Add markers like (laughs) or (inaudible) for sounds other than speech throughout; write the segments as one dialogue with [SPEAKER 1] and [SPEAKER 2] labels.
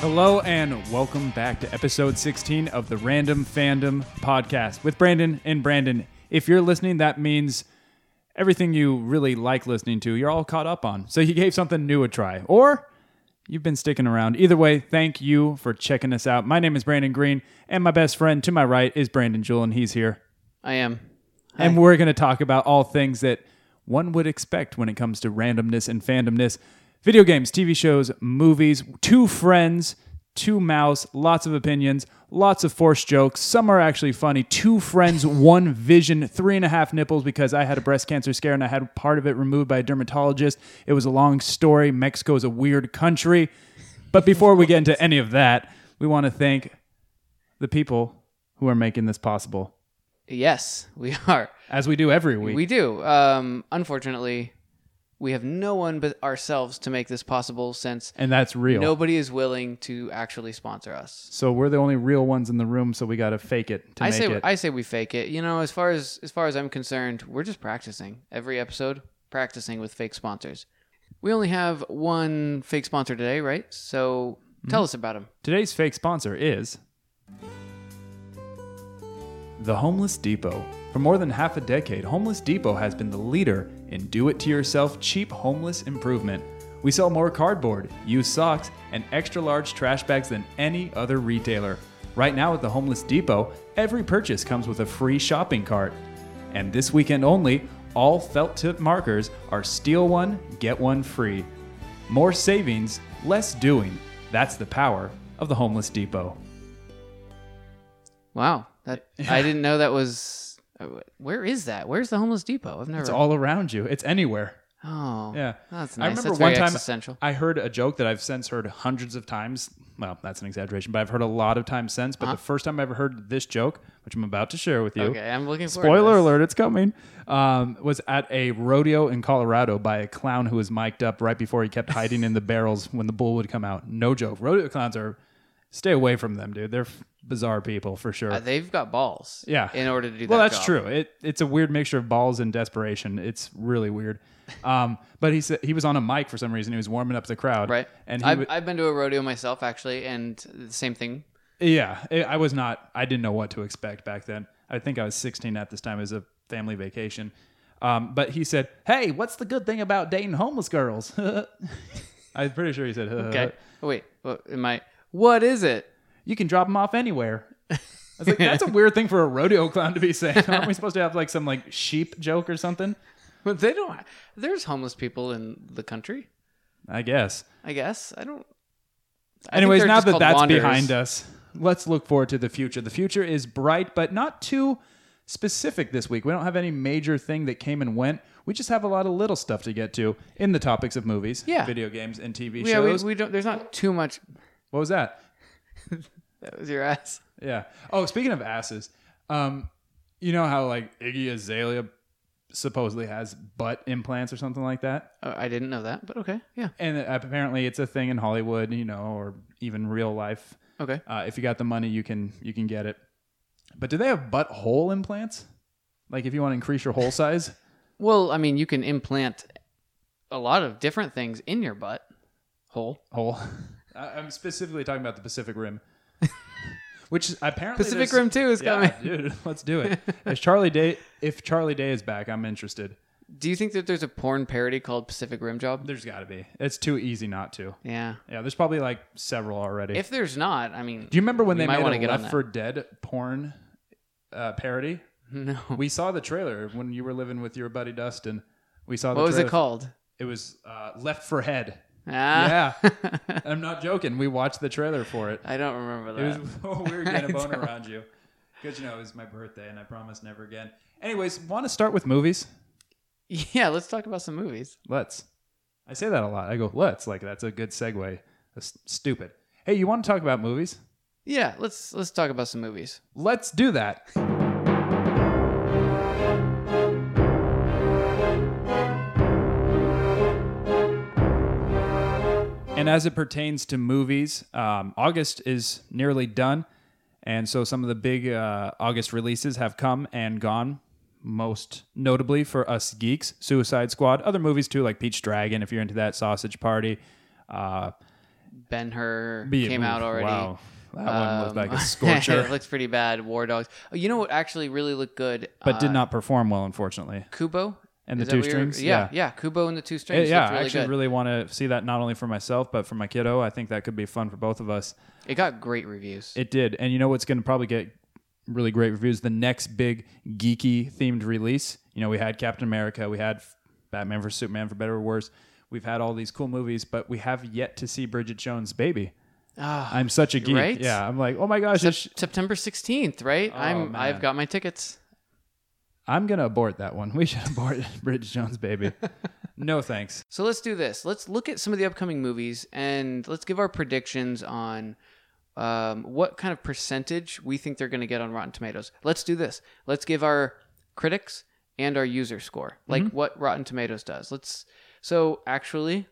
[SPEAKER 1] Hello and welcome back to episode 16 of the Random Fandom podcast with Brandon and Brandon. If you're listening, that means everything you really like listening to, you're all caught up on. So you gave something new a try, or you've been sticking around. Either way, thank you for checking us out. My name is Brandon Green, and my best friend to my right is Brandon Jewell, and he's here.
[SPEAKER 2] I am.
[SPEAKER 1] And we're going to talk about all things that one would expect when it comes to randomness and fandomness video games, TV shows, movies, two friends, two mouths, lots of opinions, lots of forced jokes. Some are actually funny. Two friends, (laughs) one vision, three and a half nipples because I had a breast cancer scare and I had part of it removed by a dermatologist. It was a long story. Mexico is a weird country. But before we get into any of that, we want to thank the people who are making this possible,
[SPEAKER 2] Yes, we (laughs) are.
[SPEAKER 1] as we do every week.
[SPEAKER 2] We do. Um, unfortunately, we have no one but ourselves to make this possible since
[SPEAKER 1] and that's real.
[SPEAKER 2] nobody is willing to actually sponsor us.
[SPEAKER 1] So we're the only real ones in the room, so we got to fake it to
[SPEAKER 2] I
[SPEAKER 1] make
[SPEAKER 2] say
[SPEAKER 1] it.
[SPEAKER 2] I say we fake it. You know, as far as as far as I'm concerned, we're just practicing every episode, practicing with fake sponsors. We only have one fake sponsor today, right? So
[SPEAKER 1] Mm-hmm.
[SPEAKER 2] tell us about him.
[SPEAKER 1] Today's fake sponsor is The Homeless Depot. For more than half a decade, Homeless Depot has been the leader in do it to yourself cheap homeless improvement. We sell more cardboard, used socks, and extra large trash bags than any other retailer. Right now at the Homeless Depot, every purchase comes with a free shopping cart. And this weekend only, all felt tip markers are steal one, get one free. More savings, less doing. That's the power of the Homeless Depot.
[SPEAKER 2] Wow, that
[SPEAKER 1] (laughs)
[SPEAKER 2] I didn't know that was. uh, Where is that? Where's the homeless depot? I've never.
[SPEAKER 1] It's all around you. It's anywhere.
[SPEAKER 2] oh,
[SPEAKER 1] Yeah.
[SPEAKER 2] That's
[SPEAKER 1] I
[SPEAKER 2] nice.
[SPEAKER 1] remember
[SPEAKER 2] That's
[SPEAKER 1] one
[SPEAKER 2] very
[SPEAKER 1] time
[SPEAKER 2] existential.
[SPEAKER 1] I heard a joke that I've since heard hundreds of times. Well, that's an exaggeration, but I've heard a lot of times since. But the first time I ever heard this joke, which I'm about to share with you,
[SPEAKER 2] Uh-huh. Okay, I'm looking forward. to
[SPEAKER 1] spoiler
[SPEAKER 2] this.
[SPEAKER 1] alert, it's coming, um, was at a rodeo in Colorado by a clown who was mic'd up right before he
[SPEAKER 2] (laughs)
[SPEAKER 1] kept hiding in the barrels when the bull would come out. No joke. Rodeo clowns are, stay away from them, dude. They're f- bizarre people for sure.
[SPEAKER 2] Uh, they've got balls.
[SPEAKER 1] Yeah.
[SPEAKER 2] In order to do that.
[SPEAKER 1] Well, that's
[SPEAKER 2] job.
[SPEAKER 1] true. It it's a weird mixture of balls and desperation. It's really weird. Um, (laughs) but he said he was on a mic for some reason. He was warming up the crowd,
[SPEAKER 2] Right.
[SPEAKER 1] And
[SPEAKER 2] And
[SPEAKER 1] he,
[SPEAKER 2] I've,
[SPEAKER 1] wa-
[SPEAKER 2] I've been to a rodeo myself actually, and the same thing.
[SPEAKER 1] yeah, I- I was not. I didn't know what to expect back then. I think I was 16 at this time. It was a family vacation. Um, but he said, "Hey, what's the good thing about dating homeless girls?" (laughs) I'm pretty sure he said, "Uh,
[SPEAKER 2] Okay.
[SPEAKER 1] okay.
[SPEAKER 2] Oh, wait. What am I? What is it? (laughs)
[SPEAKER 1] "You can drop them off anywhere." I was like, "That's a weird thing for a rodeo clown to be saying." (laughs) Aren't we supposed to have like some like sheep joke or something?
[SPEAKER 2] They don't. There's homeless people in the country.
[SPEAKER 1] I guess.
[SPEAKER 2] I guess. I don't. I think
[SPEAKER 1] Anyways,
[SPEAKER 2] they're
[SPEAKER 1] now
[SPEAKER 2] just
[SPEAKER 1] that
[SPEAKER 2] called
[SPEAKER 1] that's
[SPEAKER 2] wanderers.
[SPEAKER 1] behind us, let's look forward to the future. The future is bright, but not too specific this week. We don't have any major thing that came and went. We just have a lot of little stuff to get to in the topics of movies,
[SPEAKER 2] Yeah.
[SPEAKER 1] video games, and TV
[SPEAKER 2] Yeah, we,
[SPEAKER 1] shows.
[SPEAKER 2] we don't. There's not too much.
[SPEAKER 1] what was that?
[SPEAKER 2] That was your ass. (laughs)
[SPEAKER 1] Yeah. Oh, speaking of asses, um, you know how like Iggy Azalea supposedly has butt implants or something like that,
[SPEAKER 2] Oh, I didn't know that, but okay. Yeah.
[SPEAKER 1] and apparently it's a thing in Hollywood, you know, or even real life.
[SPEAKER 2] Okay.
[SPEAKER 1] Uh, if you got the money, you can you can get it. But do they have butthole implants? Like if you want to increase your hole size? (laughs)
[SPEAKER 2] Well, I mean, you can implant a lot of different things in your butt hole.
[SPEAKER 1] Hole. I- I'm specifically talking about the Pacific
[SPEAKER 2] (laughs)
[SPEAKER 1] Rim, which apparently
[SPEAKER 2] Pacific
[SPEAKER 1] there's-
[SPEAKER 2] Rim Two is coming.
[SPEAKER 1] Yeah, dude, (laughs) let's do it. As Charlie Day, if Charlie Day is back, I'm interested.
[SPEAKER 2] Do you think that there's a porn parody called Pacific Rim Job?
[SPEAKER 1] There's got to be. It's too easy not to.
[SPEAKER 2] Yeah.
[SPEAKER 1] Yeah, there's probably like several already.
[SPEAKER 2] If there's not, I mean,
[SPEAKER 1] do you remember when
[SPEAKER 2] we
[SPEAKER 1] they
[SPEAKER 2] might
[SPEAKER 1] made
[SPEAKER 2] wanna
[SPEAKER 1] a
[SPEAKER 2] get
[SPEAKER 1] Left
[SPEAKER 2] on that.
[SPEAKER 1] 4 Dead porn uh, parody? (laughs)
[SPEAKER 2] no.
[SPEAKER 1] We saw the trailer when you were living with your buddy Dustin. We saw the
[SPEAKER 2] What was
[SPEAKER 1] trailer
[SPEAKER 2] it called?
[SPEAKER 1] It was uh, Left for Head.
[SPEAKER 2] Ah,
[SPEAKER 1] Yeah,
[SPEAKER 2] (laughs)
[SPEAKER 1] I'm not joking. We watched the trailer for it.
[SPEAKER 2] I don't remember
[SPEAKER 1] It was
[SPEAKER 2] that. (laughs)
[SPEAKER 1] oh, (laughs) we were getting a
[SPEAKER 2] Uh, I
[SPEAKER 1] bone
[SPEAKER 2] don't-
[SPEAKER 1] around you because you know it was my birthday, and I promised never again. Anyways, want to start with movies?
[SPEAKER 2] yeah, let's talk about some movies.
[SPEAKER 1] Let's. I say that a lot. I go let's like that's a good segue. That's stupid. Hey, you want to talk about movies?
[SPEAKER 2] Yeah, let's let's talk about some movies.
[SPEAKER 1] Let's do that. And as it pertains to movies, um, August is nearly done. And so some of the big uh, August releases have come and gone, most notably for us geeks Suicide Squad, other movies too, like Peach Dragon, if you're into that, Sausage Party. Uh,
[SPEAKER 2] Ben Hur
[SPEAKER 1] Be-
[SPEAKER 2] came out
[SPEAKER 1] oof,
[SPEAKER 2] already.
[SPEAKER 1] Wow, that one looked
[SPEAKER 2] Um, (laughs)
[SPEAKER 1] like a
[SPEAKER 2] it
[SPEAKER 1] scorcher,
[SPEAKER 2] looks pretty bad. War Dogs. Oh, you know what actually really looked good?
[SPEAKER 1] but did
[SPEAKER 2] Uh,
[SPEAKER 1] not perform well, unfortunately.
[SPEAKER 2] Kubo
[SPEAKER 1] And the
[SPEAKER 2] Is that
[SPEAKER 1] two
[SPEAKER 2] what you're-
[SPEAKER 1] strings,
[SPEAKER 2] Yeah,
[SPEAKER 1] yeah.
[SPEAKER 2] yeah, Kubo and the two
[SPEAKER 1] Eh,
[SPEAKER 2] strings.
[SPEAKER 1] yeah,
[SPEAKER 2] looked
[SPEAKER 1] I
[SPEAKER 2] really
[SPEAKER 1] actually
[SPEAKER 2] good.
[SPEAKER 1] really want to see that not only for myself but for my kiddo. I think that could be fun for both of us.
[SPEAKER 2] it got great reviews.
[SPEAKER 1] It did, and you know what's going to probably get really great reviews? The next big geeky themed release. You know, we had Captain America, we had Batman vs Superman, for better or worse. We've had all these cool movies, but we have yet to see Bridget Jones' baby.
[SPEAKER 2] Ah,
[SPEAKER 1] I'm such a geek.
[SPEAKER 2] Right?
[SPEAKER 1] Yeah, I'm like, oh my gosh, it's-
[SPEAKER 2] September sixteenth, right? I'm.
[SPEAKER 1] Oh, man.
[SPEAKER 2] I've got my tickets.
[SPEAKER 1] I'm gonna abort that one. (laughs) We should abort Bridget Jones'
[SPEAKER 2] (laughs)
[SPEAKER 1] baby. no thanks.
[SPEAKER 2] So let's do this. Let's look at some of the upcoming movies and let's give our predictions on um, what kind of percentage we think they're going to get on Rotten Tomatoes. Let's do this. Let's give our critics and our user score, like what Rotten Tomatoes does. Let's. So actually,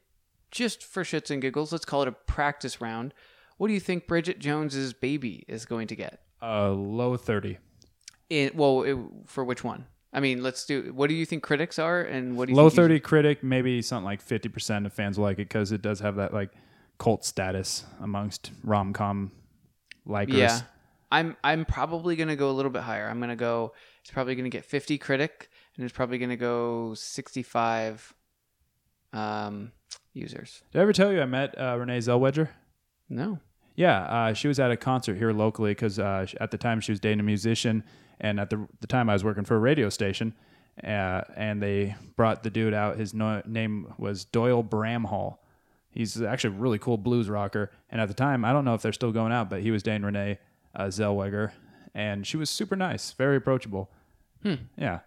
[SPEAKER 2] just for shits and giggles, let's call it a practice round. What do you think Bridget Jones's baby is going to get?
[SPEAKER 1] Uh, low thirty,
[SPEAKER 2] It, well, it, for which one? I mean, let's do. What do you think critics are, and what do you
[SPEAKER 1] low
[SPEAKER 2] think user-
[SPEAKER 1] thirty critic, maybe something like fifty percent of fans will like it because it does have that like cult status amongst rom com likers.
[SPEAKER 2] Yeah. I'm I'm probably gonna go a little bit higher. I'm gonna go it's probably gonna get fifty critic and it's probably gonna go sixty five um users.
[SPEAKER 1] Did I ever tell you I met uh, Renee Zellweger?
[SPEAKER 2] No.
[SPEAKER 1] Yeah, uh, she was at a concert here locally because uh, sh- at the time she was dating a musician, and at the, the time I was working for a radio station, uh, and they brought the dude out. His no- name was Doyle Bramhall. He's actually a really cool blues rocker, and at the time I don't know if they're still going out, but he was dating Renee uh, Zellweger, and she was super nice, very approachable. Yeah,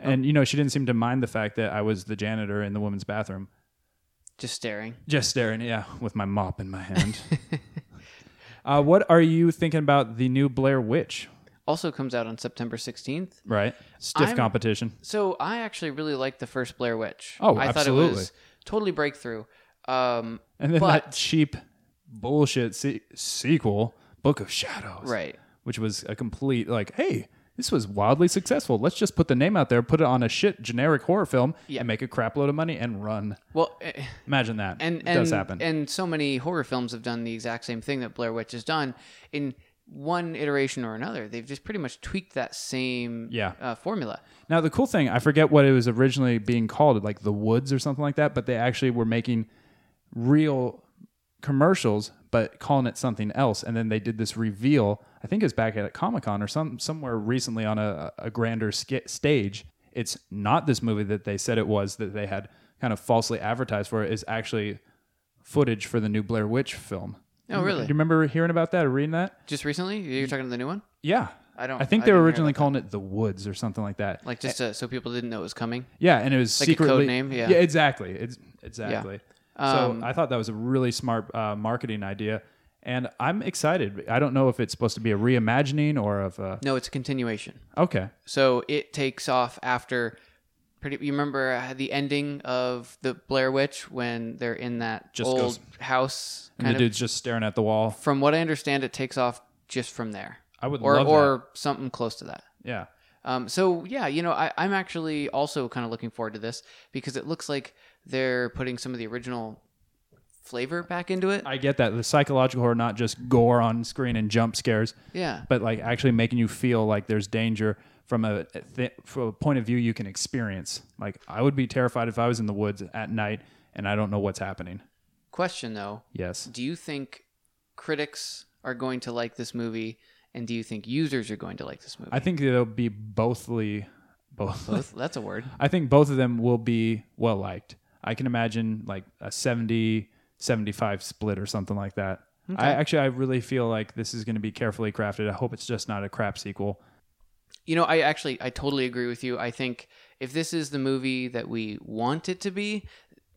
[SPEAKER 1] and you know she didn't seem to mind the fact that I was the janitor in the women's bathroom,
[SPEAKER 2] Just staring.
[SPEAKER 1] just staring, yeah, with my mop in my hand. (laughs) uh, what are you thinking about the new Blair Witch?
[SPEAKER 2] Also comes out on September sixteenth.
[SPEAKER 1] Right, stiff
[SPEAKER 2] I'm-
[SPEAKER 1] competition.
[SPEAKER 2] So I actually really liked the first Blair Witch.
[SPEAKER 1] Oh,
[SPEAKER 2] I thought it
[SPEAKER 1] absolutely.
[SPEAKER 2] was totally breakthrough. Um
[SPEAKER 1] And then
[SPEAKER 2] but
[SPEAKER 1] that cheap bullshit se- sequel, Book of Shadows,
[SPEAKER 2] right.
[SPEAKER 1] Which was a complete like, hey, this was wildly successful. Let's just put the name out there, put it on a shit generic horror film,
[SPEAKER 2] Yeah.
[SPEAKER 1] and make a crap load of money and run.
[SPEAKER 2] Well eh,
[SPEAKER 1] Imagine that.
[SPEAKER 2] and
[SPEAKER 1] it
[SPEAKER 2] and
[SPEAKER 1] does happen.
[SPEAKER 2] and so many horror films have done the exact same thing that Blair Witch has done in one iteration or another. They've just pretty much tweaked that same
[SPEAKER 1] Yeah.
[SPEAKER 2] uh, formula.
[SPEAKER 1] Now the cool thing, I forget what it was originally being called, like the woods or something like that, but they actually were making real commercials but calling it something else and then they did this reveal i think it's back at comic-con or some somewhere recently on a, a grander sk- stage it's not this movie that they said it was that they had kind of falsely advertised for it is actually footage for the new blair witch film
[SPEAKER 2] Oh, really?
[SPEAKER 1] do you remember hearing about that or reading that
[SPEAKER 2] Just recently, you're talking to the new one,
[SPEAKER 1] yeah
[SPEAKER 2] I don't-
[SPEAKER 1] i think
[SPEAKER 2] I
[SPEAKER 1] they were
[SPEAKER 2] didn't hear
[SPEAKER 1] originally
[SPEAKER 2] about
[SPEAKER 1] calling it the woods or something like that
[SPEAKER 2] like just to, so people didn't know it was coming.
[SPEAKER 1] Yeah, and it was
[SPEAKER 2] Like a code
[SPEAKER 1] secretly
[SPEAKER 2] name, yeah.
[SPEAKER 1] exactly. It's exactly.
[SPEAKER 2] Um,
[SPEAKER 1] so I thought that was a really smart uh, marketing idea, and I'm excited. I don't know if it's supposed to be a reimagining or of a
[SPEAKER 2] No, it's a continuation.
[SPEAKER 1] okay.
[SPEAKER 2] So it takes off after. Pretty, you remember uh, the ending of the Blair Witch when they're in that
[SPEAKER 1] Just
[SPEAKER 2] old
[SPEAKER 1] goes-
[SPEAKER 2] house
[SPEAKER 1] And
[SPEAKER 2] kind
[SPEAKER 1] the
[SPEAKER 2] of
[SPEAKER 1] dude's just staring at the wall.
[SPEAKER 2] from what I understand, it takes off just from there,
[SPEAKER 1] I would
[SPEAKER 2] or
[SPEAKER 1] love
[SPEAKER 2] or something close to that.
[SPEAKER 1] that. Yeah,
[SPEAKER 2] Um, so yeah, you know, I, I'm actually also kind of looking forward to this because it looks like they're putting some of the original flavor back into it.
[SPEAKER 1] I get that the psychological horror, not just gore on screen and jump scares,
[SPEAKER 2] yeah,
[SPEAKER 1] but like actually making you feel like there's danger from a th- from a point of view you can experience. Like I would be terrified if I was in the woods at night and I don't know what's happening.
[SPEAKER 2] Question though,
[SPEAKER 1] Yes.
[SPEAKER 2] do you think critics are going to like this movie, and do you think users are going to like this movie?
[SPEAKER 1] I think it'll be bothly, both. (laughs)
[SPEAKER 2] Both. That's a word.
[SPEAKER 1] I think both of them will be well liked. I can imagine like a 70 75 split or something like that. I actually I really feel like this is going to be carefully crafted. I hope it's just not a crap sequel.
[SPEAKER 2] You know, I actually I totally agree with you. I think if this is the movie that we want it to be,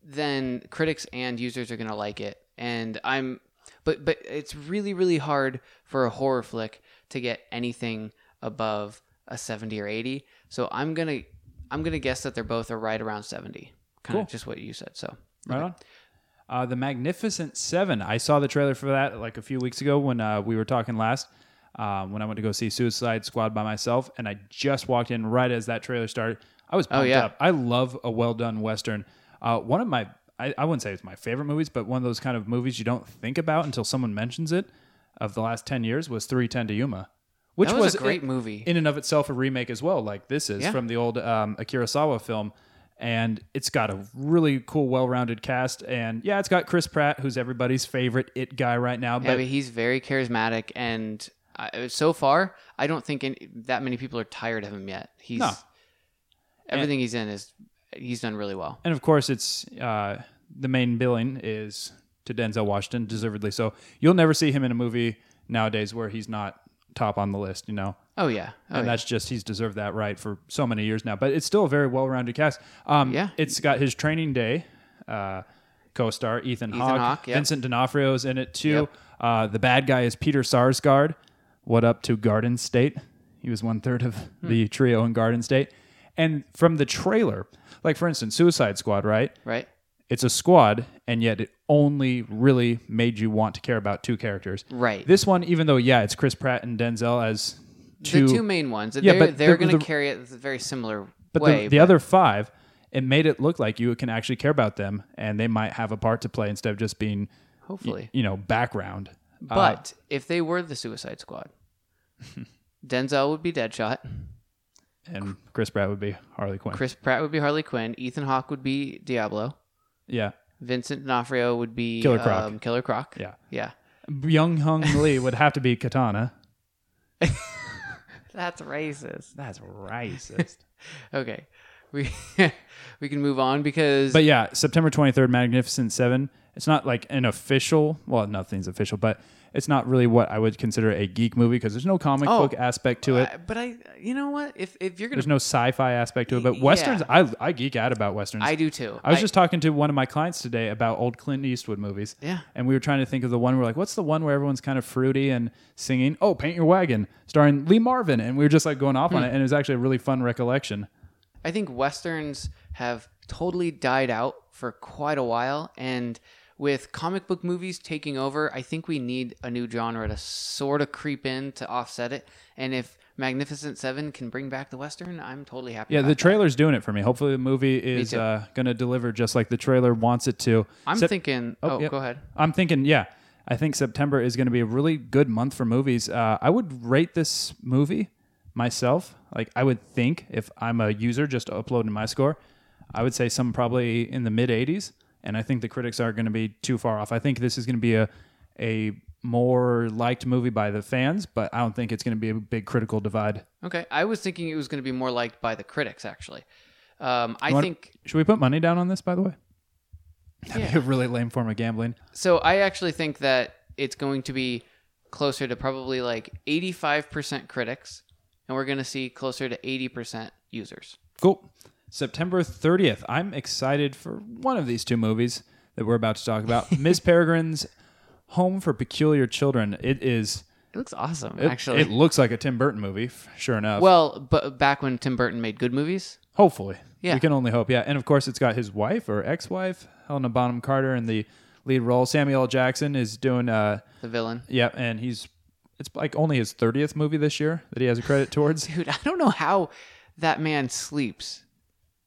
[SPEAKER 2] then critics and users are going to like it. And I'm but but it's really really hard for a horror flick to get anything above a 70 or 80. So I'm going to I'm going to guess that they're both are right around 70. Kind of just what you said. So
[SPEAKER 1] Right on. Uh, the Magnificent Seven. I saw the trailer for that like a few weeks ago when uh, we were talking last. Um, when I went to go see Suicide Squad by myself, and I just walked in right as that trailer started. I was pumped
[SPEAKER 2] Oh, yeah.
[SPEAKER 1] up. I love a well done western. Uh, one of my I, I wouldn't say it's my favorite movies, but one of those kind of movies you don't think about until someone mentions it of the last 10 years was 310 to Yuma, which
[SPEAKER 2] That was a great
[SPEAKER 1] in-
[SPEAKER 2] movie.
[SPEAKER 1] In and of itself, a remake as well, like this is
[SPEAKER 2] Yeah.
[SPEAKER 1] from the old um, Akira Sawa film. And it's got a really cool, well rounded cast. And yeah, it's got Chris Pratt, who's everybody's favorite it guy right now.
[SPEAKER 2] Yeah,
[SPEAKER 1] But
[SPEAKER 2] but he's very charismatic, and I, so far, I don't think any, that many people are tired of him yet. He's
[SPEAKER 1] No.
[SPEAKER 2] everything he's in is he's done really well.
[SPEAKER 1] And of course, it's uh, the main billing is to Denzel Washington, deservedly so. You'll never see him in a movie nowadays where he's not top on the list, you know?
[SPEAKER 2] Oh yeah, oh,
[SPEAKER 1] and
[SPEAKER 2] yeah.
[SPEAKER 1] that's just, he's deserved that right for so many years now. But it's still a very well rounded cast. Um,
[SPEAKER 2] Yeah.
[SPEAKER 1] It's got his training day uh, co star, Ethan, Hawke.
[SPEAKER 2] Hawke, yep.
[SPEAKER 1] Vincent D'Onofrio is in it too.
[SPEAKER 2] Yep.
[SPEAKER 1] Uh, the bad guy is Peter Sarsgaard. What up to Garden State? He was one third of
[SPEAKER 2] Hmm.
[SPEAKER 1] the trio in Garden State. And from the trailer, like for instance, Suicide Squad, right?
[SPEAKER 2] right.
[SPEAKER 1] it's a squad and yet it only really made you want to care about two characters
[SPEAKER 2] Right.
[SPEAKER 1] this one even though yeah it's chris pratt and denzel as two,
[SPEAKER 2] the two main ones.
[SPEAKER 1] Yeah,
[SPEAKER 2] they're,
[SPEAKER 1] but
[SPEAKER 2] they're
[SPEAKER 1] the-
[SPEAKER 2] going
[SPEAKER 1] the-
[SPEAKER 2] to carry it a very similar
[SPEAKER 1] but
[SPEAKER 2] way.
[SPEAKER 1] the, the other five it made it look like you can actually care about them and they might have a part to play instead of just being
[SPEAKER 2] hopefully,
[SPEAKER 1] you know background Uh,
[SPEAKER 2] but if they were the
[SPEAKER 1] (laughs)
[SPEAKER 2] Suicide Squad, Denzel would be Deadshot,
[SPEAKER 1] and chris pratt would be harley quinn
[SPEAKER 2] Chris Pratt would be Harley Quinn, Ethan Hawke would be Diablo,
[SPEAKER 1] yeah
[SPEAKER 2] Vincent D'Onofrio would be
[SPEAKER 1] Killer Croc.
[SPEAKER 2] Um, Killer Croc.
[SPEAKER 1] Yeah.
[SPEAKER 2] yeah,
[SPEAKER 1] young hung lee would have to be katana
[SPEAKER 2] (laughs) that's racist.
[SPEAKER 1] that's racist
[SPEAKER 2] Okay, (laughs) we we can move on
[SPEAKER 1] (laughs)
[SPEAKER 2] because
[SPEAKER 1] But yeah, September 23rd, Magnificent Seven. It's not like an official, well, nothing's official, but it's not really what I would consider a geek movie because there's no comic
[SPEAKER 2] Oh.
[SPEAKER 1] book aspect to it.
[SPEAKER 2] I, but I you know what if if you're gonna
[SPEAKER 1] There's no sci-fi aspect to it. But
[SPEAKER 2] Yeah.
[SPEAKER 1] westerns, I, I geek out about westerns.
[SPEAKER 2] I do too.
[SPEAKER 1] I was just talking to one of my clients today about old Clint Eastwood movies.
[SPEAKER 2] Yeah.
[SPEAKER 1] And we were trying to think of the one where like, what's the one where everyone's kind of fruity and singing, Oh, Paint Your Wagon, starring Lee Marvin. And we were just like going
[SPEAKER 2] Hmm.
[SPEAKER 1] off on it. And it was actually a really fun recollection.
[SPEAKER 2] I think westerns have totally died out for quite a while and with comic book movies taking over, I think we need a new genre to sort of creep in to offset it. And if Magnificent 7 can bring back the western, I'm totally happy.
[SPEAKER 1] Yeah,
[SPEAKER 2] about
[SPEAKER 1] the
[SPEAKER 2] that.
[SPEAKER 1] trailer's doing it for me. Hopefully, the movie is
[SPEAKER 2] too.
[SPEAKER 1] uh, going to deliver just like the trailer wants it to.
[SPEAKER 2] I'm
[SPEAKER 1] Sep-
[SPEAKER 2] thinking Oh,
[SPEAKER 1] yep.
[SPEAKER 2] go ahead.
[SPEAKER 1] I'm thinking, yeah, I think September is going to be a really good month for movies. Uh, I would rate this movie myself. Like, I would think if I'm a user just uploading my score, I would say some probably in the mid 80s. And I think the critics are going to be too far off. I think this is going to be a a more liked movie by the fans, but I don't think it's going to be a big critical divide.
[SPEAKER 2] Okay, I was thinking it was going to be more liked by the critics actually. Um, I
[SPEAKER 1] wanna-
[SPEAKER 2] think
[SPEAKER 1] Should we put money down on this, by the way? That'd be
[SPEAKER 2] Yeah.
[SPEAKER 1] a really lame form of gambling.
[SPEAKER 2] So I actually think that it's going to be closer to probably like 85% critics, and we're going to see closer to 80% users.
[SPEAKER 1] Cool. September 30th. I'm excited for one of these two movies that we're about to talk about Miss Peregrine's Home for Peculiar Children. It is,
[SPEAKER 2] It looks awesome,
[SPEAKER 1] it,
[SPEAKER 2] actually.
[SPEAKER 1] it looks like a Tim Burton movie, f- sure enough.
[SPEAKER 2] well, but back when Tim Burton made good movies,
[SPEAKER 1] Hopefully.
[SPEAKER 2] Yeah.
[SPEAKER 1] We can only hope. Yeah. And of course, it's got his wife or ex wife, Helena Bonham Carter, in the lead role. Samuel L. Jackson is doing, uh,
[SPEAKER 2] the villain.
[SPEAKER 1] yeah, and he's, it's like only his 30th movie this year that he has a credit
[SPEAKER 2] (laughs)
[SPEAKER 1] towards.
[SPEAKER 2] Dude, I don't know how that man sleeps.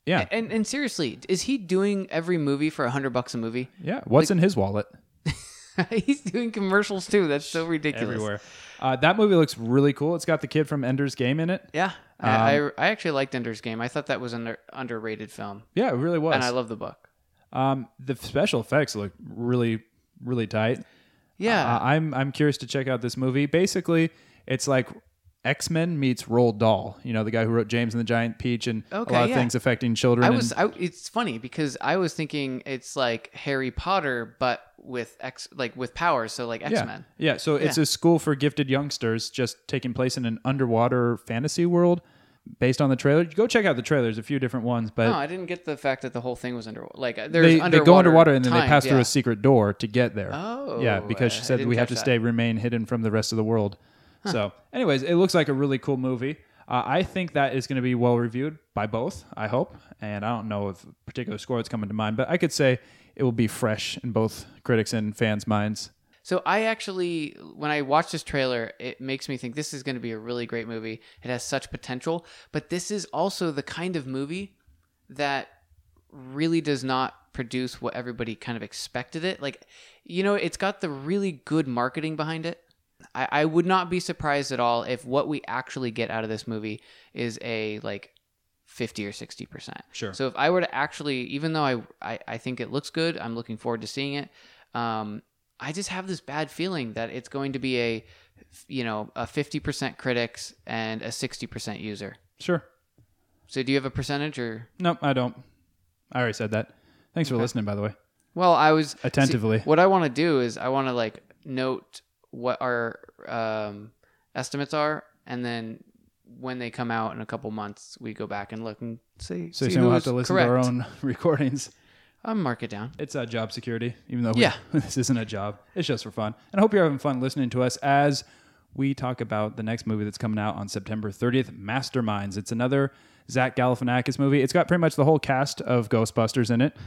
[SPEAKER 1] Yeah.
[SPEAKER 2] And and seriously, is he doing every movie for 100 bucks a movie? (laughs)
[SPEAKER 1] Yeah. What's in his wallet?
[SPEAKER 2] He's doing commercials too. That's so ridiculous.
[SPEAKER 1] Everywhere. Uh, that movie looks really cool. It's got the kid from Ender's Game in it.
[SPEAKER 2] Yeah. I,
[SPEAKER 1] Um,
[SPEAKER 2] I, I actually liked Ender's Game. I thought that was an under, underrated film.
[SPEAKER 1] Yeah, it really was.
[SPEAKER 2] And I love the book.
[SPEAKER 1] um, the special effects look really, really tight.
[SPEAKER 2] Yeah.
[SPEAKER 1] Uh, I'm I'm curious to check out this movie. Basically, it's like X Men meets Roald Dahl. You know, the guy who wrote James and the Giant Peach and
[SPEAKER 2] Okay,
[SPEAKER 1] a lot of
[SPEAKER 2] yeah.
[SPEAKER 1] things affecting children.
[SPEAKER 2] I
[SPEAKER 1] and-
[SPEAKER 2] was. I, it's funny because I was thinking it's like Harry Potter, but with X, like with powers. So like X
[SPEAKER 1] yeah,
[SPEAKER 2] Men.
[SPEAKER 1] yeah. So it's a school for gifted youngsters, just taking place in an underwater fantasy world. Based on the trailer, go check out the trailer. There's a few different ones, but
[SPEAKER 2] No, I didn't get the fact that the whole thing was underwater. Like uh, there's
[SPEAKER 1] they,
[SPEAKER 2] underwater.
[SPEAKER 1] they go underwater and then they
[SPEAKER 2] times,
[SPEAKER 1] pass through
[SPEAKER 2] yeah.
[SPEAKER 1] a secret door to get there.
[SPEAKER 2] Oh,
[SPEAKER 1] yeah, because
[SPEAKER 2] I
[SPEAKER 1] she said that
[SPEAKER 2] didn't
[SPEAKER 1] we have
[SPEAKER 2] catch
[SPEAKER 1] to
[SPEAKER 2] that.
[SPEAKER 1] stay remain hidden from the rest of the world. So, anyways, it looks like a really cool movie. Uh, I think that is going to be well reviewed by both. I hope, and I don't know if a particular score that's coming to mind, but I could say it will be fresh in both critics and fans' minds.
[SPEAKER 2] So I actually, when I watch this trailer, it makes me think this is going to be a really great movie. It has such potential, but this is also the kind of movie that really does not produce what everybody kind of expected it. Like, you know, it's got the really good marketing behind it. I, I would not be surprised at all if what we actually get out of this movie is a like 50 or 60%.
[SPEAKER 3] Sure.
[SPEAKER 2] So if I were to actually, even though I, I, I think it looks good, I'm looking forward to seeing it. Um, I just have this bad feeling that it's going to be a, you know, a 50% critics and a 60% user.
[SPEAKER 1] Sure.
[SPEAKER 2] So do you have a percentage or?
[SPEAKER 1] Nope, I don't. I already said that. Thanks for listening, by the way.
[SPEAKER 2] Well, I was
[SPEAKER 1] Attentively.
[SPEAKER 2] See, what I want to do is I want to like note what our um, estimates are, and then when they come out in a couple months, we go back and look and see.
[SPEAKER 1] So
[SPEAKER 2] see
[SPEAKER 1] you're saying we'll
[SPEAKER 2] who
[SPEAKER 1] have
[SPEAKER 2] was
[SPEAKER 1] to listen
[SPEAKER 2] correct.
[SPEAKER 1] to our own (laughs) recordings.
[SPEAKER 2] I'll mark it down.
[SPEAKER 1] It's uh, job security, even though
[SPEAKER 2] Yeah.
[SPEAKER 1] we, (laughs) this isn't a job. It's just for fun. And I hope you're having fun listening to us as we talk about the next movie that's coming out on September 30th, Masterminds. It's another Zach Galifianakis movie. It's got pretty much the whole cast of Ghostbusters in
[SPEAKER 2] (laughs)
[SPEAKER 1] it,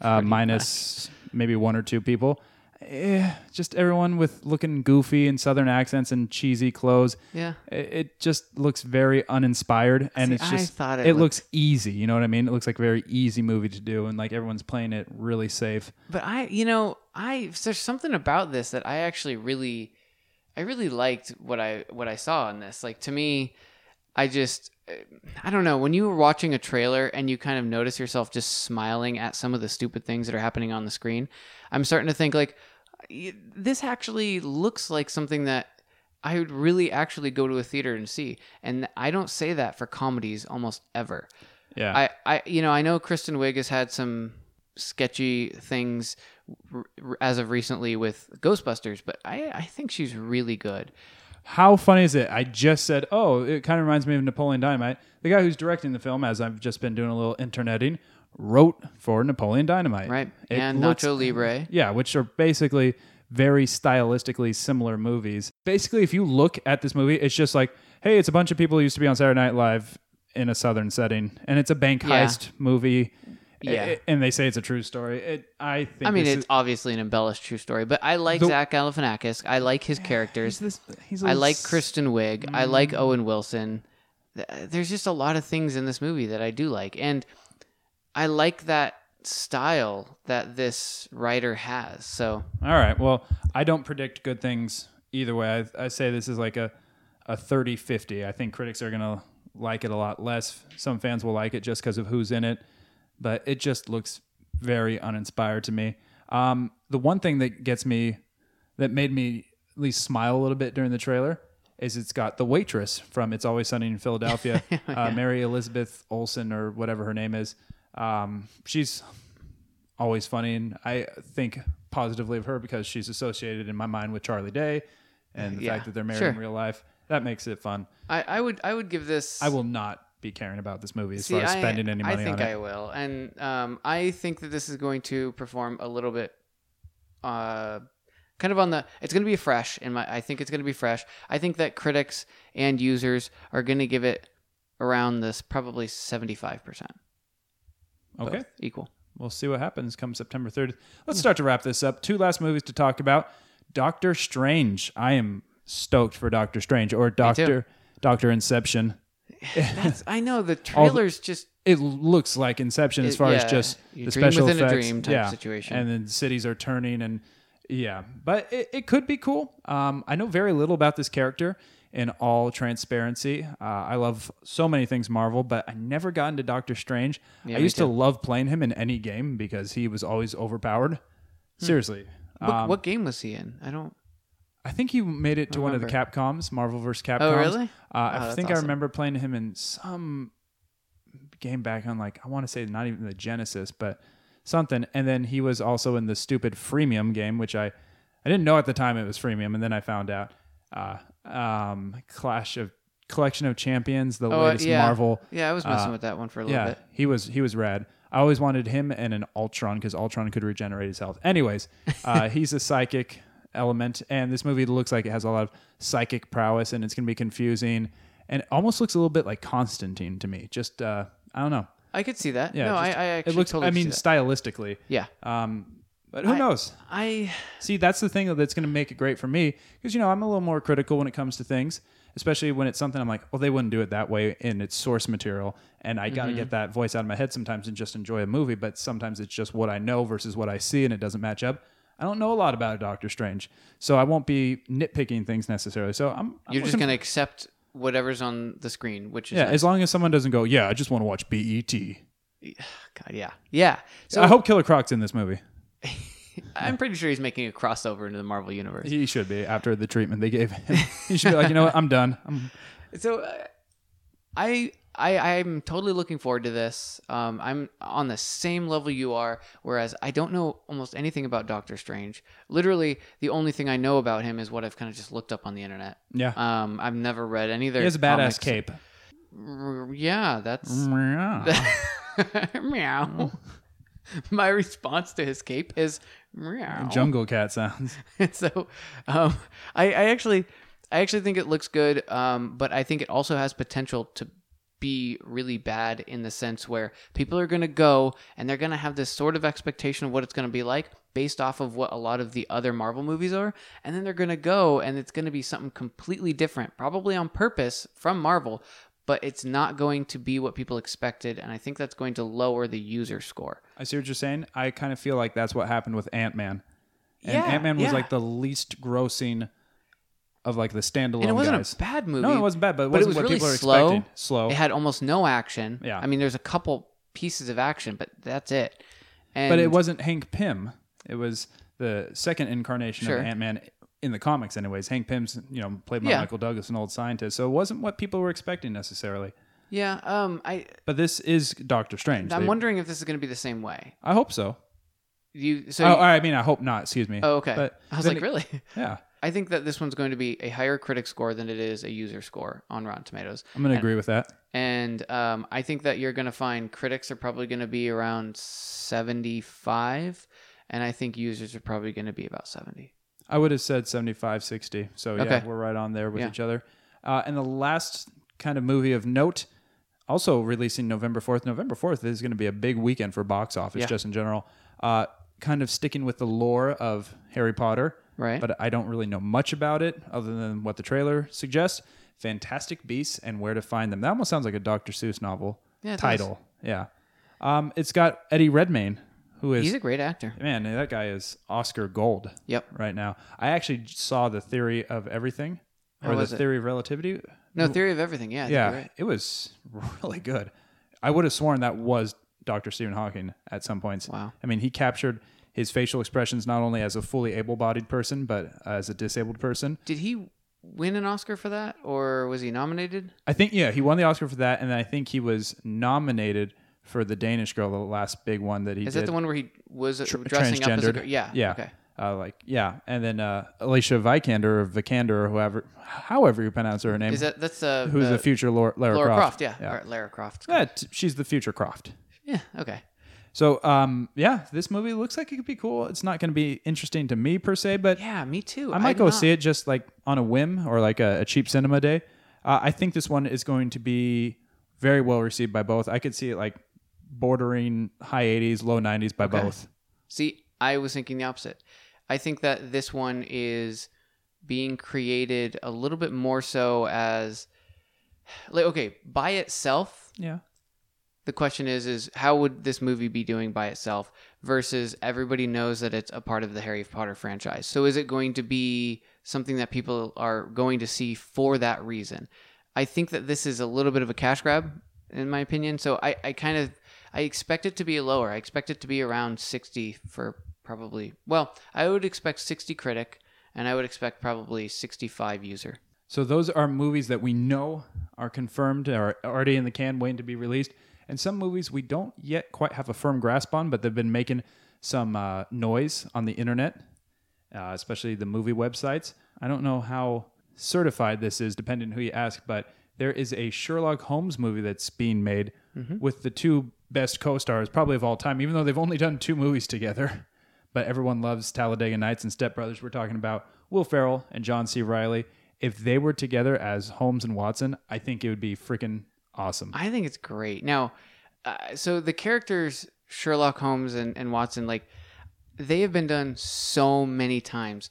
[SPEAKER 1] uh, minus maybe one or two people. Eh, just everyone with looking goofy and southern accents and cheesy clothes.
[SPEAKER 2] Yeah.
[SPEAKER 1] I- It just looks very uninspired, and
[SPEAKER 2] See,
[SPEAKER 1] it's
[SPEAKER 2] I
[SPEAKER 1] just
[SPEAKER 2] thought it
[SPEAKER 1] it looks easy. You know what I mean? It looks like a very easy movie to do, and like everyone's playing it really safe.
[SPEAKER 2] But I, you know, I there's something about this that I actually really, I really liked what I what I saw in this. Like to me, I just, I don't know. When you were watching a trailer and you kind of notice yourself just smiling at some of the stupid things that are happening on the screen, I'm starting to think like, y- this actually looks like something that. I would really actually go to a theater and see. And I don't say that for comedies almost ever.
[SPEAKER 1] Yeah,
[SPEAKER 2] I, I, you know, I know Kristen Wiig has had some sketchy things r- r- as of recently with Ghostbusters, but I, I think she's really good.
[SPEAKER 1] How funny is it? I just said, oh, it kind of reminds me of Napoleon Dynamite. The guy who's directing the film, as I've just been doing a little interneting, wrote for Napoleon Dynamite.
[SPEAKER 2] Right.
[SPEAKER 1] It
[SPEAKER 2] and
[SPEAKER 1] looks-
[SPEAKER 2] Nacho Libre.
[SPEAKER 1] Yeah, which are basically very stylistically similar movies. Basically, if you look at this movie, it's just like, hey, it's a bunch of people who used to be on Saturday Night Live in a southern setting, and it's a bank
[SPEAKER 2] Yeah.
[SPEAKER 1] heist movie.
[SPEAKER 2] Yeah.
[SPEAKER 1] A- and they say it's a true story. It, I think.
[SPEAKER 2] I mean,
[SPEAKER 1] this
[SPEAKER 2] it's
[SPEAKER 1] is-
[SPEAKER 2] obviously an embellished true story, but I like
[SPEAKER 1] The-
[SPEAKER 2] Zach Galifianakis. I like his characters.
[SPEAKER 1] he's Mm-hmm. this. He's a
[SPEAKER 2] I
[SPEAKER 1] little
[SPEAKER 2] like
[SPEAKER 1] s-
[SPEAKER 2] Kristen Wiig. I like Owen Wilson. Th- There's just a lot of things in this movie that I do like, and I like that style that this writer has. So
[SPEAKER 1] All right. Well, I don't predict good things either way. I, I say this is like a, a 30 50. I think critics are going to like it a lot less. Some fans will like it just because of who's in it, but it just looks very uninspired to me. Um, the one thing that gets me, that made me at least smile a little bit during the trailer, is it's got the waitress from It's Always Sunny in
[SPEAKER 2] (laughs)
[SPEAKER 1] Philadelphia,
[SPEAKER 2] Oh,
[SPEAKER 1] uh, Mary Elizabeth Olsen or whatever her name is. Um, she's always funny and I think positively of her because she's associated in my mind with Charlie Day and the
[SPEAKER 2] Yeah,
[SPEAKER 1] fact that they're married in
[SPEAKER 2] sure.
[SPEAKER 1] real life. That makes it fun.
[SPEAKER 2] I, I would I would give this.
[SPEAKER 1] I will not be caring about this movie as
[SPEAKER 2] See,
[SPEAKER 1] far as spending any money
[SPEAKER 2] I think
[SPEAKER 1] on
[SPEAKER 2] I
[SPEAKER 1] it.
[SPEAKER 2] will, and um, I think that this is going to perform a little bit, uh, kind of on the. It's going to be fresh, and my I think it's going to be fresh. I think that critics and users are going to give it around this probably seventy five percent
[SPEAKER 1] okay. (laughs)
[SPEAKER 2] equal.
[SPEAKER 1] We'll see what happens come September 30th. Let's start to wrap this up. Two last movies to talk about. Doctor Strange. I am stoked for Doctor Strange or Doctor Doctor Inception.
[SPEAKER 2] That's, I know the trailers just
[SPEAKER 1] it looks like Inception as
[SPEAKER 2] It-
[SPEAKER 1] far
[SPEAKER 2] yeah,
[SPEAKER 1] as just
[SPEAKER 2] you
[SPEAKER 1] the
[SPEAKER 2] dream
[SPEAKER 1] special
[SPEAKER 2] within a
[SPEAKER 1] effects,
[SPEAKER 2] dream type
[SPEAKER 1] yeah,
[SPEAKER 2] situation.
[SPEAKER 1] and then cities are turning and yeah, but it, it could be cool. Um, I know very little about this character. In all transparency, uh, I love so many things Marvel, but I never got into Doctor Strange. I
[SPEAKER 2] me
[SPEAKER 1] used to love playing him in any game because he was always overpowered.
[SPEAKER 2] Hmm.
[SPEAKER 1] Seriously,
[SPEAKER 2] what,
[SPEAKER 1] um,
[SPEAKER 2] what game was he in? I don't.
[SPEAKER 1] I think he made it to one of the Capcoms, Marvel vs. Capcoms.
[SPEAKER 2] Oh, really? Oh,
[SPEAKER 1] Uh, I
[SPEAKER 2] that's
[SPEAKER 1] think I
[SPEAKER 2] awesome.
[SPEAKER 1] remember playing him in some game back on like I want to say not even the Genesis, but something. And then he was also in the stupid freemium game, which I I didn't know at the time it was freemium, and then I found out. Uh, um, Clash of Collection of Champions, the
[SPEAKER 2] Oh,
[SPEAKER 1] latest
[SPEAKER 2] yeah.
[SPEAKER 1] Marvel. uh,
[SPEAKER 2] Yeah, I was messing with that one for a little
[SPEAKER 1] Yeah,
[SPEAKER 2] bit.
[SPEAKER 1] he was he was rad. I always wanted him and an Ultron because Ultron could regenerate his health.
[SPEAKER 2] (laughs)
[SPEAKER 1] Anyways, uh, he's a psychic element, and this movie looks like it has a lot of psychic prowess, and it's gonna be confusing, and it almost looks a little bit like Constantine to me. Just uh, I don't know.
[SPEAKER 2] I could see that.
[SPEAKER 1] Yeah,
[SPEAKER 2] no,
[SPEAKER 1] just-
[SPEAKER 2] I, I actually
[SPEAKER 1] it looks.
[SPEAKER 2] totally
[SPEAKER 1] I mean,
[SPEAKER 2] see that.
[SPEAKER 1] stylistically,
[SPEAKER 2] yeah.
[SPEAKER 1] um, But who
[SPEAKER 2] I-
[SPEAKER 1] knows?
[SPEAKER 2] I
[SPEAKER 1] See, that's the thing that's going to make it great for me because you know I'm a little more critical when it comes to things, especially when it's something I'm like, well, they wouldn't do it that way in its source material, and I got to get that voice out of my head sometimes and just enjoy a movie. But sometimes it's just what I know versus what I see, and it doesn't match up. I don't know a lot about Doctor Strange, so I won't be nitpicking things necessarily. So I'm, I'm
[SPEAKER 2] you're just
[SPEAKER 1] looking-
[SPEAKER 2] gonna accept whatever's on the screen, which is
[SPEAKER 1] yeah, as long as someone doesn't go, yeah, I just want to watch BET.
[SPEAKER 2] God, yeah, yeah. So
[SPEAKER 1] I hope Killer Croc's in this movie.
[SPEAKER 2] I'm pretty sure he's making a crossover into the Marvel universe.
[SPEAKER 1] He should be after the treatment they gave him. (laughs) he should be like, you know what, I'm done. I'm
[SPEAKER 2] So, uh, I I I'm totally looking forward to this. Um, I'm on the same level you are, whereas I don't know almost anything about Doctor Strange. Literally, the only thing I know about him is what I've kind of just looked up on the internet.
[SPEAKER 1] yeah.
[SPEAKER 2] Um, I've never read any of their.
[SPEAKER 1] he has a
[SPEAKER 2] comics.
[SPEAKER 1] badass cape.
[SPEAKER 2] R- Yeah, that's
[SPEAKER 1] (laughs) Yeah. Mm.
[SPEAKER 2] (laughs) meow. My response to his cape is meow.
[SPEAKER 1] Jungle cat sounds.
[SPEAKER 2] (laughs) so um, I, I actually I actually think it looks good, um, but I think it also has potential to be really bad in the sense where people are going to go and they're going to have this sort of expectation of what it's going to be like based off of what a lot of the other Marvel movies are and then they're going to go and it's going to be something completely different probably on purpose from Marvel but it's not going to be what people expected and I think that's going to lower the user score.
[SPEAKER 1] I see what you're saying. I kind of feel like that's what happened with Ant Man. And
[SPEAKER 2] Yeah,
[SPEAKER 1] Ant Man was
[SPEAKER 2] yeah.
[SPEAKER 1] like the least grossing of like the standalone
[SPEAKER 2] And it wasn't
[SPEAKER 1] guys.
[SPEAKER 2] a bad movie.
[SPEAKER 1] no, it wasn't bad, but it
[SPEAKER 2] but it
[SPEAKER 1] wasn't
[SPEAKER 2] was
[SPEAKER 1] what
[SPEAKER 2] really
[SPEAKER 1] people are
[SPEAKER 2] slow.
[SPEAKER 1] expecting. Slow.
[SPEAKER 2] It had almost no action.
[SPEAKER 1] Yeah.
[SPEAKER 2] I mean, there's a couple pieces of action, but that's it. And
[SPEAKER 1] but it wasn't Hank Pym. It was the second incarnation
[SPEAKER 2] Sure.
[SPEAKER 1] of Ant Man in the comics, anyways. Hank Pym's, you know, played by
[SPEAKER 2] Yeah.
[SPEAKER 1] Michael Douglas, an old scientist. So it wasn't what people were expecting necessarily.
[SPEAKER 2] yeah. Um, I
[SPEAKER 1] But this is Doctor Strange.
[SPEAKER 2] I'm
[SPEAKER 1] They-
[SPEAKER 2] wondering if this is going to be the same way.
[SPEAKER 1] I hope so.
[SPEAKER 2] You so
[SPEAKER 1] Oh,
[SPEAKER 2] you-
[SPEAKER 1] I mean, I hope not. Excuse me.
[SPEAKER 2] oh, okay.
[SPEAKER 1] But
[SPEAKER 2] I was
[SPEAKER 1] then
[SPEAKER 2] like,
[SPEAKER 1] it-
[SPEAKER 2] really? (laughs)
[SPEAKER 1] Yeah,
[SPEAKER 2] I think that this one's going to be a higher critic score than it is a user score on Rotten Tomatoes,
[SPEAKER 1] I'm gonna agree with that.
[SPEAKER 2] and um, I think that you're going to find critics are probably going to be around 75, and I think users are probably going to be about 70.
[SPEAKER 1] I would have said 75, 60. So, yeah,
[SPEAKER 2] Okay.
[SPEAKER 1] we're right on there with
[SPEAKER 2] Yeah.
[SPEAKER 1] each other. Uh, and the last kind of movie of note, also releasing November 4th. November 4th is going to be a big weekend for box office,
[SPEAKER 2] Yeah.
[SPEAKER 1] just in general. Uh, kind of sticking with the lore of Harry Potter,
[SPEAKER 2] Right.
[SPEAKER 1] but I don't really know much about it other than what the trailer suggests. Fantastic Beasts and Where to Find Them. That almost sounds like a Dr. Seuss novel
[SPEAKER 2] Yeah, it does.
[SPEAKER 1] title. Yeah. Um, it's got Eddie Redmayne, who is,
[SPEAKER 2] He's a great actor.
[SPEAKER 1] man, that guy is Oscar Gold
[SPEAKER 2] Yep.
[SPEAKER 1] right now. I actually j- saw the theory of everything,
[SPEAKER 2] How
[SPEAKER 1] or the
[SPEAKER 2] was it?
[SPEAKER 1] theory of relativity.
[SPEAKER 2] No, Theory of Everything. Yeah. I think
[SPEAKER 1] Yeah,
[SPEAKER 2] you're right.
[SPEAKER 1] it was (laughs) really good. I would have sworn that was Dr. Stephen Hawking at some points.
[SPEAKER 2] Wow.
[SPEAKER 1] I mean, he captured his facial expressions not only as a fully able-bodied person, but as a disabled person.
[SPEAKER 2] Did he win an Oscar for that, or was he nominated?
[SPEAKER 1] I think, yeah, he won the Oscar for that, and then I think he was nominated for the Danish Girl, the last big one that he
[SPEAKER 2] Is
[SPEAKER 1] did.
[SPEAKER 2] that the one where he was dressing up as a
[SPEAKER 1] transgendered.
[SPEAKER 2] girl? Yeah.
[SPEAKER 1] Yeah.
[SPEAKER 2] Okay.
[SPEAKER 1] Uh, like yeah, and then uh, Alicia Vikander or Vikander or whoever, however you pronounce her name,
[SPEAKER 2] Is that that's uh,
[SPEAKER 1] who's
[SPEAKER 2] uh,
[SPEAKER 1] the future Laura, Lara,
[SPEAKER 2] Lara
[SPEAKER 1] Croft.
[SPEAKER 2] Croft? Yeah. All right, Lara Croft.
[SPEAKER 1] Yeah, t- she's the future Croft.
[SPEAKER 2] Yeah. Okay.
[SPEAKER 1] So, um, yeah, this movie looks like it could be cool. It's not going to be interesting to me per se, but
[SPEAKER 2] Yeah. Me too.
[SPEAKER 1] I might go see it just like on a whim or like a, a cheap cinema day. Uh, I think this one is going to be very well received by both. I could see it like bordering high 80s, low 90s by both.
[SPEAKER 2] See, I was thinking the opposite. I think that this one is being created a little bit more so as like okay by itself
[SPEAKER 1] Yeah.
[SPEAKER 2] the question is is how would this movie be doing by itself versus everybody knows that it's a part of the Harry Potter franchise. So is it going to be something that people are going to see for that reason? I think that this is a little bit of a cash grab in my opinion. So I, I kind of I expect it to be lower. I expect it to be around 60 for probably well, I would expect 60 critic and I would expect probably 65 user.
[SPEAKER 1] So those are movies that we know are confirmed are already in the can waiting to be released. And some movies we don't yet quite have a firm grasp on, but they've been making some uh, noise on the internet, uh, especially the movie websites. I don't know how certified this is, depending who you ask, but there is a Sherlock Holmes movie that's being made
[SPEAKER 2] Mm-hmm.
[SPEAKER 1] with the two best co stars, probably of all time, even though they've only done two movies together. (laughs) but everyone loves Talladega Nights and Step Brothers. We're talking about Will Ferrell and John C. Riley. If they were together as Holmes and Watson, I think it would be freaking awesome.
[SPEAKER 2] I think it's great. Now, uh, so the characters Sherlock Holmes and, and Watson, like they have been done so many times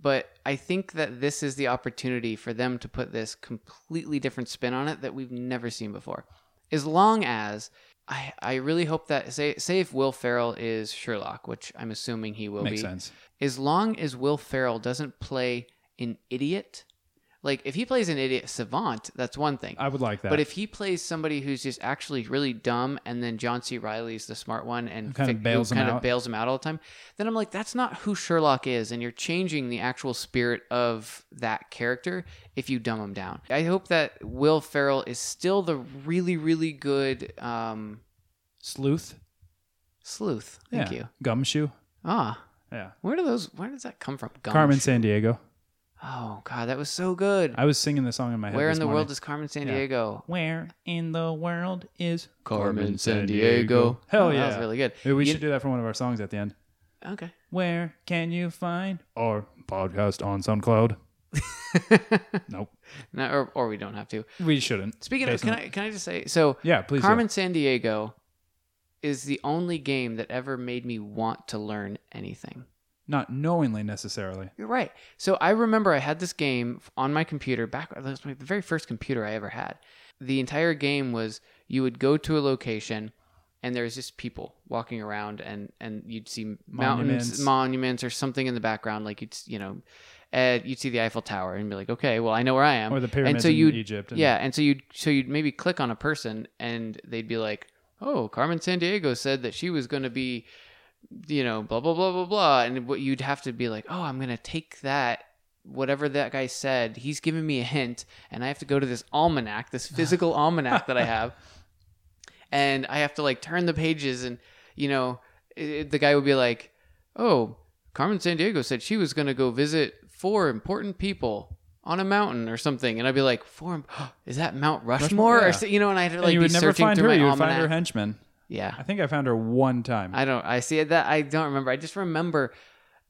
[SPEAKER 2] but i think that this is the opportunity for them to put this completely different spin on it that we've never seen before as long as i, I really hope that say say if will farrell is sherlock which i'm assuming he will
[SPEAKER 1] Makes
[SPEAKER 2] be
[SPEAKER 1] sense.
[SPEAKER 2] as long as will farrell doesn't play an idiot like if he plays an idiot savant that's one thing
[SPEAKER 1] I would like that.
[SPEAKER 2] but if he plays somebody who's just actually really dumb, and then John C. Riley's the smart one and
[SPEAKER 1] kind of
[SPEAKER 2] who
[SPEAKER 1] bails him
[SPEAKER 2] kind
[SPEAKER 1] out.
[SPEAKER 2] of bails him out all the time, then I'm like, that's not who Sherlock is, and you're changing the actual spirit of that character if you dumb him down. I hope that Will Ferrell is still the really, really good um,
[SPEAKER 1] Sleuth.
[SPEAKER 2] sleuth. Thank
[SPEAKER 1] yeah.
[SPEAKER 2] you.
[SPEAKER 1] Gumshoe.
[SPEAKER 2] Ah,
[SPEAKER 1] Yeah.
[SPEAKER 2] where do those? Where does that come from? Gumsh.
[SPEAKER 1] Carmen San Diego.
[SPEAKER 2] Oh God, that was so good.
[SPEAKER 1] I was singing the song in my head.
[SPEAKER 2] Where in
[SPEAKER 1] this
[SPEAKER 2] the
[SPEAKER 1] morning.
[SPEAKER 2] world is Carmen San
[SPEAKER 1] Yeah.
[SPEAKER 2] Diego?
[SPEAKER 1] Where in the world is
[SPEAKER 2] Carmen Oh,
[SPEAKER 1] Sandiego? Hell yeah.
[SPEAKER 2] that was really good.
[SPEAKER 1] Maybe we
[SPEAKER 2] You-
[SPEAKER 1] should do that for one of our songs at the end.
[SPEAKER 2] Okay.
[SPEAKER 1] Where can you find our podcast on SoundCloud? (laughs) nope.
[SPEAKER 2] No, or, or we don't have to.
[SPEAKER 1] We shouldn't.
[SPEAKER 2] Speaking of,
[SPEAKER 1] Based
[SPEAKER 2] can
[SPEAKER 1] on-
[SPEAKER 2] I can I just say so?
[SPEAKER 1] Yeah, please. do.
[SPEAKER 2] Carmen San Diego is the only game that ever made me want to learn anything.
[SPEAKER 1] Not knowingly necessarily.
[SPEAKER 2] You're right. So I remember I had this game on my computer back. That was my, the very first computer I ever had. The entire game was you would go to a location, and there's just people walking around, and and you'd see
[SPEAKER 1] Monuments.
[SPEAKER 2] mountains, monuments, or something in the background. Like you'd s- you know, uh, you'd see the Eiffel Tower, and be like, okay, well I know where I am.
[SPEAKER 1] Or the pyramids
[SPEAKER 2] Um, and so
[SPEAKER 1] in
[SPEAKER 2] you'd
[SPEAKER 1] Egypt. and-
[SPEAKER 2] yeah, and so you'd so you'd maybe click on a person and they'd be like, "Oh, Carmen San Diego said that she was going to be, you know, blah blah blah blah blah," and what you'd have to be like, "Oh, I'm going to take that." Whatever that guy said, he's giving me a hint, and I have to go to this almanac,
[SPEAKER 1] (laughs)
[SPEAKER 2] this physical almanac that I have, and I have to like turn the pages, and you know, it, it- the guy would be like, "Oh, Carmen San Diego said she was going to go visit four important people on a mountain or something, and I'd be like, four (gasps) im- is that Mount Rushmore,
[SPEAKER 1] Rushmore, yeah.
[SPEAKER 2] or so, you know? And I'd
[SPEAKER 1] And
[SPEAKER 2] like
[SPEAKER 1] you
[SPEAKER 2] be
[SPEAKER 1] would never
[SPEAKER 2] searching
[SPEAKER 1] find
[SPEAKER 2] through
[SPEAKER 1] her.
[SPEAKER 2] my
[SPEAKER 1] You would
[SPEAKER 2] almanac.
[SPEAKER 1] find her henchman.
[SPEAKER 2] yeah,
[SPEAKER 1] I think I found her one time.
[SPEAKER 2] I don't. I see that. I don't remember. I just remember,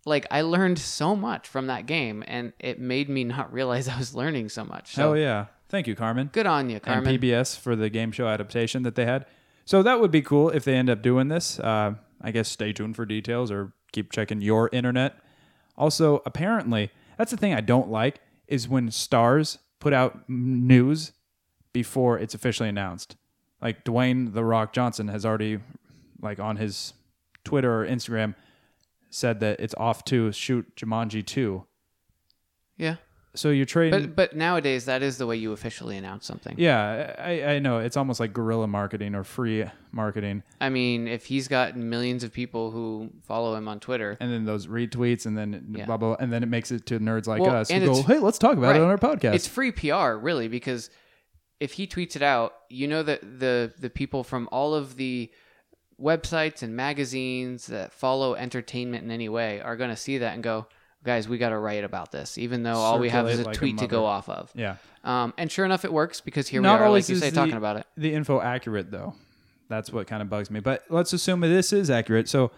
[SPEAKER 2] like, I learned so much from that game, and it made me not realize (laughs) I was learning so much. So
[SPEAKER 1] Hell yeah. Thank you, Carmen.
[SPEAKER 2] good on you, Carmen.
[SPEAKER 1] and PBS for the game show adaptation that they had. So that would be cool if they end up doing this. Uh, I guess stay tuned for details or keep checking your internet. Also, apparently, that's the thing I don't like is when stars put out m- news before it's officially announced. Like Dwayne the Rock Johnson has already, like on his Twitter or Instagram, said that it's off to shoot Jumanji two.
[SPEAKER 2] yeah,
[SPEAKER 1] So you're trading.
[SPEAKER 2] but but nowadays that is the way you officially announce something.
[SPEAKER 1] yeah, I, I know it's almost like guerrilla marketing or free marketing.
[SPEAKER 2] I mean, if he's got millions of people who follow him on Twitter,
[SPEAKER 1] and then those retweets and then
[SPEAKER 2] Yeah.
[SPEAKER 1] blah blah and then it makes it to nerds like
[SPEAKER 2] Well,
[SPEAKER 1] us who
[SPEAKER 2] and
[SPEAKER 1] go
[SPEAKER 2] it's-
[SPEAKER 1] hey let's talk about it
[SPEAKER 2] right.
[SPEAKER 1] on our podcast
[SPEAKER 2] It's free PR, really, because if he tweets it out, you know that the the people from all of the websites and magazines that follow entertainment in any way are going to see that and go, "Guys, we got to write about this," even though all we have is
[SPEAKER 1] Circulate
[SPEAKER 2] a
[SPEAKER 1] like a
[SPEAKER 2] tweet to go
[SPEAKER 1] mother.
[SPEAKER 2] off of.
[SPEAKER 1] yeah
[SPEAKER 2] Um, and sure enough, it works because here
[SPEAKER 1] Not
[SPEAKER 2] we are,
[SPEAKER 1] always
[SPEAKER 2] like you
[SPEAKER 1] is
[SPEAKER 2] say,
[SPEAKER 1] the-
[SPEAKER 2] talking about it. (laughs)
[SPEAKER 1] the info accurate though that's what kind of bugs me but let's assume this is accurate so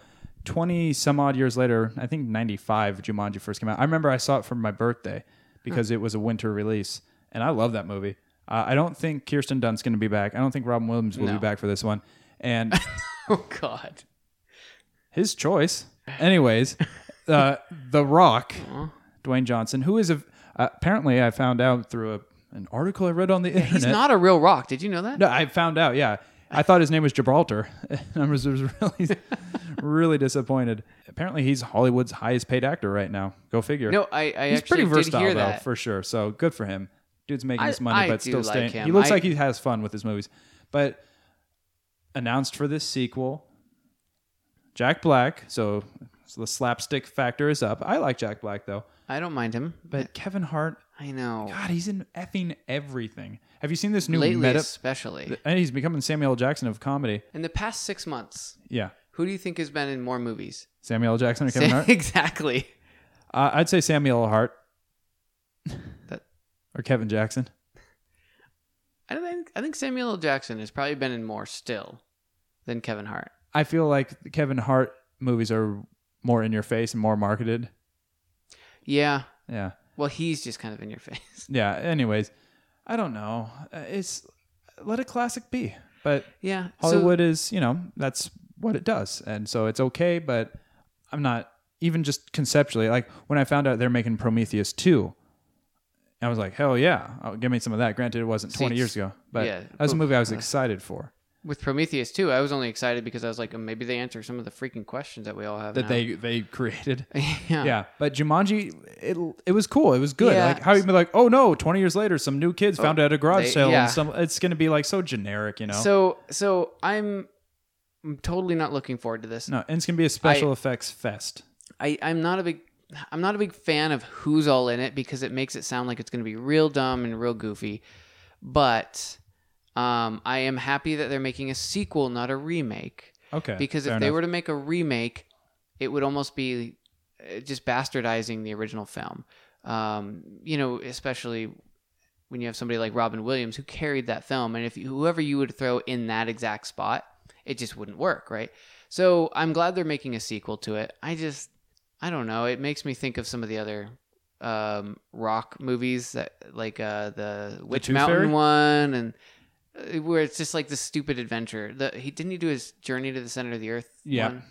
[SPEAKER 1] 20 some odd years later i think 95 jumanji first came out i remember i saw it for my birthday because
[SPEAKER 2] Hmm.
[SPEAKER 1] it was a winter release and i love that movie uh, i don't think kirsten dunst going to be back i don't think robin williams will be
[SPEAKER 2] No.
[SPEAKER 1] back for this one and
[SPEAKER 2] Oh God,
[SPEAKER 1] his choice. Anyways, uh, The
[SPEAKER 2] (laughs)
[SPEAKER 1] Rock, Dwayne Johnson, who is a, uh, apparently I found out through a, an article I read on the internet.
[SPEAKER 2] he's not a real rock. Did you know that?
[SPEAKER 1] No, I found out. Yeah, I thought his name was Gibraltar. (laughs) and I was was
[SPEAKER 2] (laughs)
[SPEAKER 1] really, really disappointed. Apparently, he's Hollywood's highest paid actor right now. Go figure.
[SPEAKER 2] No, I, I
[SPEAKER 1] he's
[SPEAKER 2] actually
[SPEAKER 1] pretty versatile
[SPEAKER 2] did hear
[SPEAKER 1] though,
[SPEAKER 2] that.
[SPEAKER 1] for sure. So good for him. Dude's making
[SPEAKER 2] I-
[SPEAKER 1] his money,
[SPEAKER 2] I
[SPEAKER 1] but
[SPEAKER 2] do
[SPEAKER 1] still
[SPEAKER 2] like
[SPEAKER 1] staying.
[SPEAKER 2] him.
[SPEAKER 1] He looks
[SPEAKER 2] I-
[SPEAKER 1] like he has fun with his movies. But announced for this sequel, Jack Black. So, so the slapstick factor is up. I like Jack Black though,
[SPEAKER 2] I don't mind him, but
[SPEAKER 1] but Kevin Hart,
[SPEAKER 2] I know
[SPEAKER 1] God, he's in effing everything. Have you seen this new
[SPEAKER 2] lately,
[SPEAKER 1] meta?
[SPEAKER 2] especially
[SPEAKER 1] And he's becoming Samuel L. Jackson of comedy.
[SPEAKER 2] in the past six months.
[SPEAKER 1] Yeah,
[SPEAKER 2] Who do you think has been in more movies?
[SPEAKER 1] Samuel L. Jackson or Kevin
[SPEAKER 2] Sam-
[SPEAKER 1] Hart.
[SPEAKER 2] (laughs) exactly.
[SPEAKER 1] Uh, I'd say Samuel L. Hart
[SPEAKER 2] That-
[SPEAKER 1] or Kevin Jackson.
[SPEAKER 2] I don't think I think Samuel L. Jackson has probably been in more still than Kevin Hart.
[SPEAKER 1] I feel like the Kevin Hart movies are more in your face and more marketed.
[SPEAKER 2] Yeah.
[SPEAKER 1] Yeah.
[SPEAKER 2] Well, he's just kind of in your (laughs) face.
[SPEAKER 1] Yeah. Anyways, I don't know. Uh, It's let a classic be. But
[SPEAKER 2] Yeah. so-
[SPEAKER 1] Hollywood is, you know, that's what it does. And so it's okay, but I'm not even just conceptually like when I found out they're making Prometheus two. I was like, hell yeah! Oh, give me some of that. Granted, it wasn't 20
[SPEAKER 2] it's-
[SPEAKER 1] years ago, but
[SPEAKER 2] yeah.
[SPEAKER 1] that was a
[SPEAKER 2] Oof.
[SPEAKER 1] movie I was excited for.
[SPEAKER 2] With Prometheus too, I was only excited because I was like, oh, maybe they answer some of the freaking questions that we all have.
[SPEAKER 1] that
[SPEAKER 2] now.
[SPEAKER 1] they they created.
[SPEAKER 2] (laughs) yeah.
[SPEAKER 1] Yeah, but Jumanji, it it was cool. It was good.
[SPEAKER 2] Yeah. Oh,
[SPEAKER 1] Like how you be like, oh no, twenty years later, some new kids found it at a garage
[SPEAKER 2] they-
[SPEAKER 1] sale,
[SPEAKER 2] yeah.
[SPEAKER 1] and some it's gonna be like so generic, you know.
[SPEAKER 2] So so I'm, I'm totally not looking forward to this.
[SPEAKER 1] no, and it's gonna be a special effects fest.
[SPEAKER 2] I, I'm not a big I'm not a big fan of who's all in it because it makes it sound like it's going to be real dumb and real goofy. But um, I am happy that they're making a sequel, not a remake.
[SPEAKER 1] Okay,
[SPEAKER 2] Because if
[SPEAKER 1] fair
[SPEAKER 2] they
[SPEAKER 1] enough.
[SPEAKER 2] were to make a remake, it would almost be uh, just bastardizing the original film. Um, you know, especially when you have somebody like Robin Williams who carried that film, and if you, whoever you would throw in that exact spot, it just wouldn't work, right? So I'm glad they're making a sequel to it. I just, I don't know. It makes me think of some of the other um, rock movies that, like uh, the Witch
[SPEAKER 1] Tooth
[SPEAKER 2] Mountain
[SPEAKER 1] Fairy?
[SPEAKER 2] one, and uh, where it's just like this stupid adventure. The he didn't he do his Journey to the Center of the Earth?
[SPEAKER 1] Yeah.
[SPEAKER 2] one?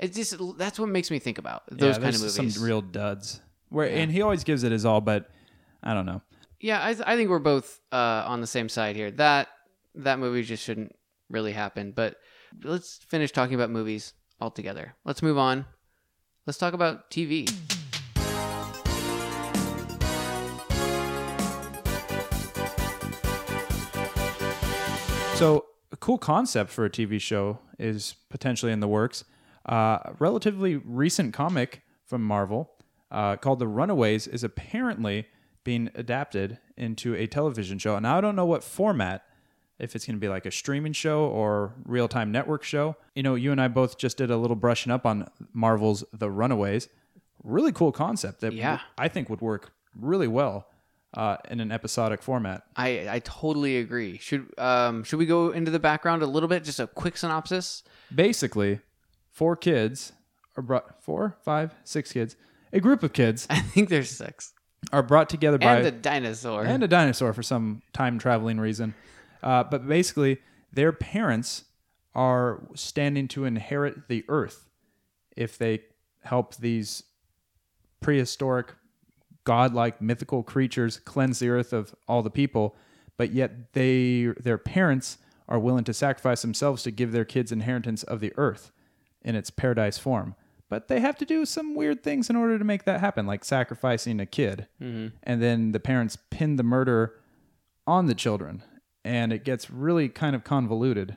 [SPEAKER 2] It's just that's what makes me think about
[SPEAKER 1] Yeah,
[SPEAKER 2] those kind of
[SPEAKER 1] there's
[SPEAKER 2] movies.
[SPEAKER 1] some real duds. Where
[SPEAKER 2] Yeah.
[SPEAKER 1] and he always gives it his all, but I don't know.
[SPEAKER 2] yeah, I, th- I think we're both uh, on the same side here. That that movie just shouldn't really happen. But let's finish talking about movies altogether. Let's move on. Let's talk about TV.
[SPEAKER 1] So a cool concept for a TV show is potentially in the works. Uh, a relatively recent comic from Marvel uh, called The Runaways is apparently being adapted into a television show, and I don't know what format. If it's going to be like a streaming show or real time network show. You know, you and I both just did a little brushing up on Marvel's The Runaways. Really cool concept that
[SPEAKER 2] Yeah.
[SPEAKER 1] I think would work really well uh, in an episodic format.
[SPEAKER 2] I I totally agree. Should um should we go into the background a little bit? Just a quick synopsis. (laughs)
[SPEAKER 1] basically four kids are brought four five six kids a group of kids
[SPEAKER 2] I think there's six
[SPEAKER 1] are brought together by
[SPEAKER 2] and the dinosaur.
[SPEAKER 1] and a dinosaur for some time traveling reason uh, but basically their parents are standing to inherit the earth if they help these prehistoric godlike mythical creatures cleanse the earth of all the people but yet they their parents are willing to sacrifice themselves to give their kids inheritance of the earth in its paradise form but they have to do some weird things in order to make that happen like sacrificing a kid and then the parents pin the murder on the children and it gets really kind of convoluted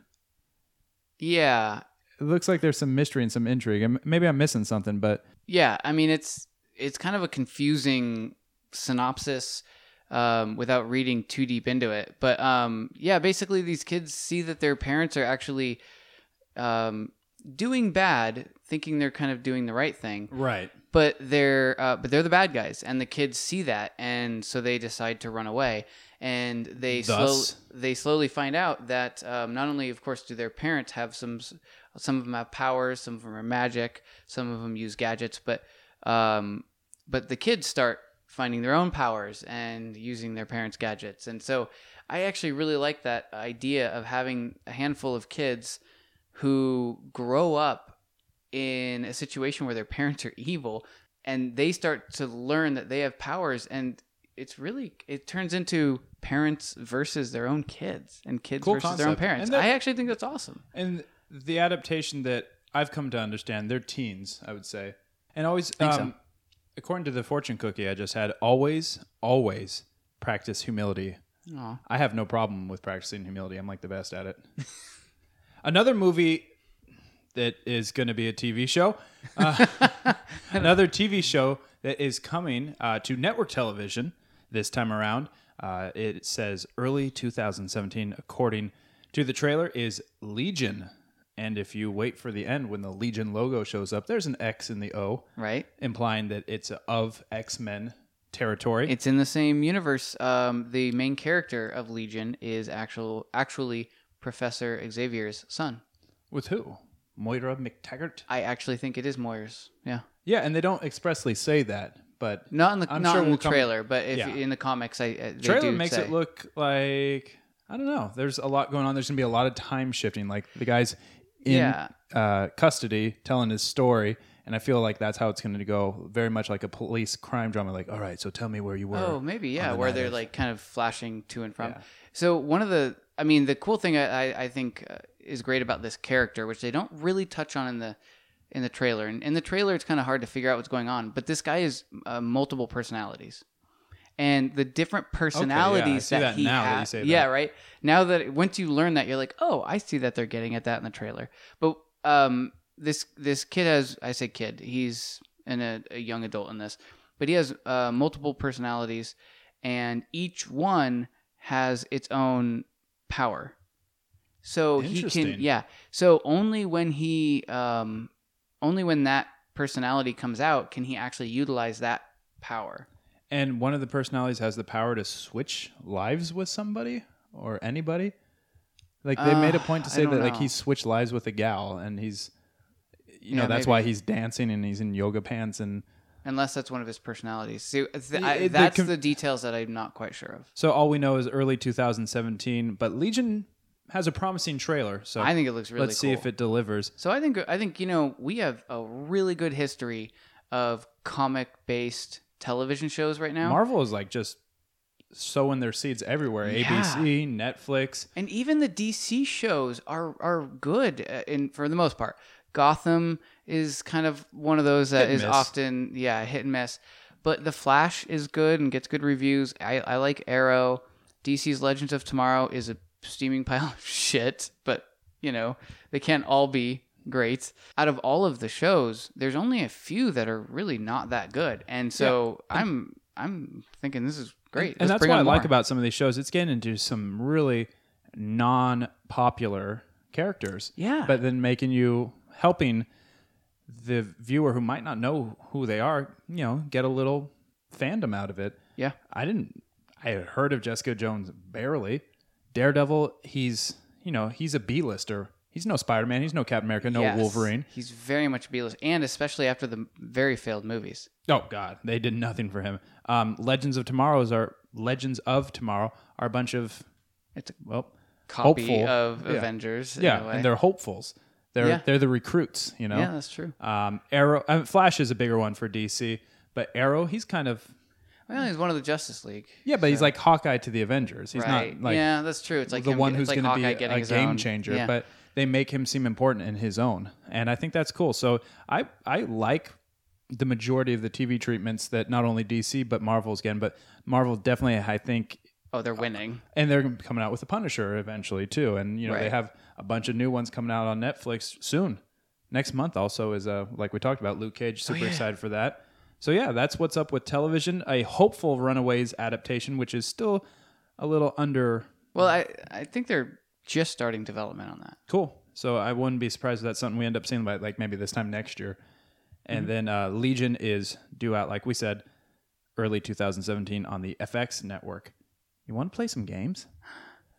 [SPEAKER 2] yeah,
[SPEAKER 1] it looks like there's some mystery and some intrigue and maybe i'm missing something but
[SPEAKER 2] yeah. I mean, it's it's kind of a confusing synopsis um, without reading too deep into it. But um, yeah, basically, these kids see that their parents are actually um, doing bad, thinking they're kind of doing the right thing,
[SPEAKER 1] right
[SPEAKER 2] but they're uh, but they're the bad guys, and the kids see that, and so they decide to run away, and they slow,
[SPEAKER 1] Thus-
[SPEAKER 2] they slowly find out that um, not only, of course, do their parents have some s- some of them have powers, some of them are magic, some of them use gadgets, but um, but the kids start finding their own powers and using their parents' gadgets, and so I actually really like that idea of having a handful of kids who grow up in a situation where their (laughs) parents are evil and they start to learn that they have powers and it's really it turns into parents versus their own kids and kids
[SPEAKER 1] Cool
[SPEAKER 2] versus their own
[SPEAKER 1] concept.
[SPEAKER 2] parents.
[SPEAKER 1] And that-
[SPEAKER 2] I actually think that's awesome.
[SPEAKER 1] And the adaptation that I've come to understand, they're teens, I would say. And always, um, according to the fortune cookie I just had, always, always practice humility.
[SPEAKER 2] Aw.
[SPEAKER 1] I have no problem with practicing humility. I'm like the best at it. (laughs) another movie that is going to be a TV show, uh, (laughs) another TV show that is coming uh, to network television this time around. Uh, it says early 2017, according to the trailer, is Legion. And if you wait for the end when the Legion logo shows up, there's an X in the O,
[SPEAKER 2] Right?
[SPEAKER 1] implying that it's of X Men territory.
[SPEAKER 2] It's in the same universe. Um, the main character of Legion is actual actually Professor Xavier's son.
[SPEAKER 1] With who? Moira McTaggart?
[SPEAKER 2] I actually think it is Moyer's. Yeah.
[SPEAKER 1] Yeah, and they don't expressly say that, but
[SPEAKER 2] Not in the
[SPEAKER 1] I'm
[SPEAKER 2] not
[SPEAKER 1] sure
[SPEAKER 2] in
[SPEAKER 1] we'll
[SPEAKER 2] the
[SPEAKER 1] come-
[SPEAKER 2] trailer, but if
[SPEAKER 1] Yeah.
[SPEAKER 2] in the comics, I uh, they
[SPEAKER 1] trailer
[SPEAKER 2] do
[SPEAKER 1] makes
[SPEAKER 2] say.
[SPEAKER 1] it look like I don't know. There's a lot going on. There's gonna be a lot of time shifting. Like the guy's in
[SPEAKER 2] Yeah.
[SPEAKER 1] uh, custody telling his story, And I feel like that's how it's going to go, very much like a police crime drama. Like, all right, so tell me where you were.
[SPEAKER 2] Oh, maybe yeah,
[SPEAKER 1] the
[SPEAKER 2] where
[SPEAKER 1] night
[SPEAKER 2] they're
[SPEAKER 1] of.
[SPEAKER 2] like kind of flashing to and from.
[SPEAKER 1] Yeah.
[SPEAKER 2] So one of the, I mean, the cool thing I, I, I think uh, is great about this character, which they don't really touch on in the in the trailer. And in the trailer, it's kind of hard to figure out what's going on. But this guy is uh, multiple personalities, and the different personalities
[SPEAKER 1] see
[SPEAKER 2] that,
[SPEAKER 1] that
[SPEAKER 2] he
[SPEAKER 1] now that you
[SPEAKER 2] has.
[SPEAKER 1] say that.
[SPEAKER 2] Yeah, right. Now that once you learn that, you're like, oh, I see that they're getting at that in the trailer. But um, this this kid has, I say kid, he's an, a, a young adult in this, but he has uh, multiple personalities, and each one has its own power. So he can,
[SPEAKER 1] Interesting.
[SPEAKER 2] yeah. So only when he, um, only when that personality comes out, can he actually utilize that power.
[SPEAKER 1] And one of the personalities has the power to switch lives with somebody or anybody. Like they
[SPEAKER 2] Uh,
[SPEAKER 1] made a point to
[SPEAKER 2] I
[SPEAKER 1] say that
[SPEAKER 2] don't
[SPEAKER 1] like
[SPEAKER 2] know.
[SPEAKER 1] he switched lives with a gal, and he's, you know,
[SPEAKER 2] Yeah,
[SPEAKER 1] that's
[SPEAKER 2] maybe.
[SPEAKER 1] why he's dancing and he's in yoga pants and
[SPEAKER 2] Unless that's one of his personalities. See, th- I-
[SPEAKER 1] It- the
[SPEAKER 2] that's
[SPEAKER 1] com-
[SPEAKER 2] the details that I'm not quite sure of.
[SPEAKER 1] So all we know is early 2017, but Legion has a promising trailer. So
[SPEAKER 2] I think it looks really
[SPEAKER 1] let's
[SPEAKER 2] cool.
[SPEAKER 1] see if it delivers.
[SPEAKER 2] So I think I think you know we have a really good history of comic based television shows right now,
[SPEAKER 1] Marvel is like just sowing their seeds everywhere.
[SPEAKER 2] Yeah.
[SPEAKER 1] ABC, Netflix.
[SPEAKER 2] and even the DC shows are are good uh, in for the most part. Gotham is kind of one of those that
[SPEAKER 1] Hit and
[SPEAKER 2] is
[SPEAKER 1] miss.
[SPEAKER 2] often yeah hit and miss, but The Flash is good and gets good reviews. I, I like Arrow. DC's Legends of Tomorrow is a steaming (laughs) pile of shit, but you know they can't all be great. Out of all of the shows, there's only a few that are really not that good, and so I'm I'm thinking this is great.
[SPEAKER 1] And
[SPEAKER 2] Let's
[SPEAKER 1] that's
[SPEAKER 2] bring
[SPEAKER 1] what
[SPEAKER 2] on
[SPEAKER 1] I like
[SPEAKER 2] more.
[SPEAKER 1] about some of these shows. It's getting into some really non-popular characters.
[SPEAKER 2] Yeah.
[SPEAKER 1] But then making you helping the viewer who might not know who they are, you know, get a little fandom out of it.
[SPEAKER 2] yeah.
[SPEAKER 1] I didn't. I had heard of Jessica Jones barely. Daredevil, he's you know he's a B lister. He's no Spider Man. He's no Captain America. No
[SPEAKER 2] Yes.
[SPEAKER 1] Wolverine.
[SPEAKER 2] He's very much B-list, and especially after the very failed movies.
[SPEAKER 1] Oh God, they did nothing for him. Um, Legends of Tomorrow's are Legends of Tomorrow are a bunch of
[SPEAKER 2] It's a
[SPEAKER 1] well,
[SPEAKER 2] copy
[SPEAKER 1] hopeful.
[SPEAKER 2] of
[SPEAKER 1] Yeah.
[SPEAKER 2] Avengers. in a
[SPEAKER 1] yeah,
[SPEAKER 2] way.
[SPEAKER 1] and they're hopefuls. They're
[SPEAKER 2] Yeah.
[SPEAKER 1] they're the recruits. You know,
[SPEAKER 2] yeah, that's true.
[SPEAKER 1] um, Arrow, I mean, Flash is a bigger one for DC, but Arrow, he's kind of
[SPEAKER 2] Well, he's one of the Justice League.
[SPEAKER 1] yeah, but he's like Hawkeye to the Avengers. He's
[SPEAKER 2] right.
[SPEAKER 1] not like
[SPEAKER 2] yeah, that's true. It's like
[SPEAKER 1] the
[SPEAKER 2] him-
[SPEAKER 1] one
[SPEAKER 2] it's
[SPEAKER 1] who's
[SPEAKER 2] like
[SPEAKER 1] going
[SPEAKER 2] Hawkeye
[SPEAKER 1] to be
[SPEAKER 2] getting
[SPEAKER 1] a
[SPEAKER 2] his
[SPEAKER 1] game
[SPEAKER 2] own.
[SPEAKER 1] changer,
[SPEAKER 2] Yeah.
[SPEAKER 1] but they make him seem important in his own, and I think that's cool. So I I like the majority of the TV treatments that not only DC but Marvel's getting, but Marvel definitely I think,
[SPEAKER 2] oh, they're winning.
[SPEAKER 1] and they're gonna be coming out with the Punisher eventually too, and you know they
[SPEAKER 2] Right.
[SPEAKER 1] have a bunch of new ones coming out on Netflix soon. Next month also is uh like we talked about Luke Cage, super
[SPEAKER 2] Oh, yeah.
[SPEAKER 1] excited for that. So yeah, that's what's up with television. A hopeful Runaways adaptation, which is still a little under
[SPEAKER 2] Well, I I think they're just starting development on that.
[SPEAKER 1] Cool. So I wouldn't be surprised if that's something we end up seeing by like maybe this time next year. And
[SPEAKER 2] Mm-hmm.
[SPEAKER 1] then uh, Legion is due out, like we said, early 2017 on the FX network. You want to play some games?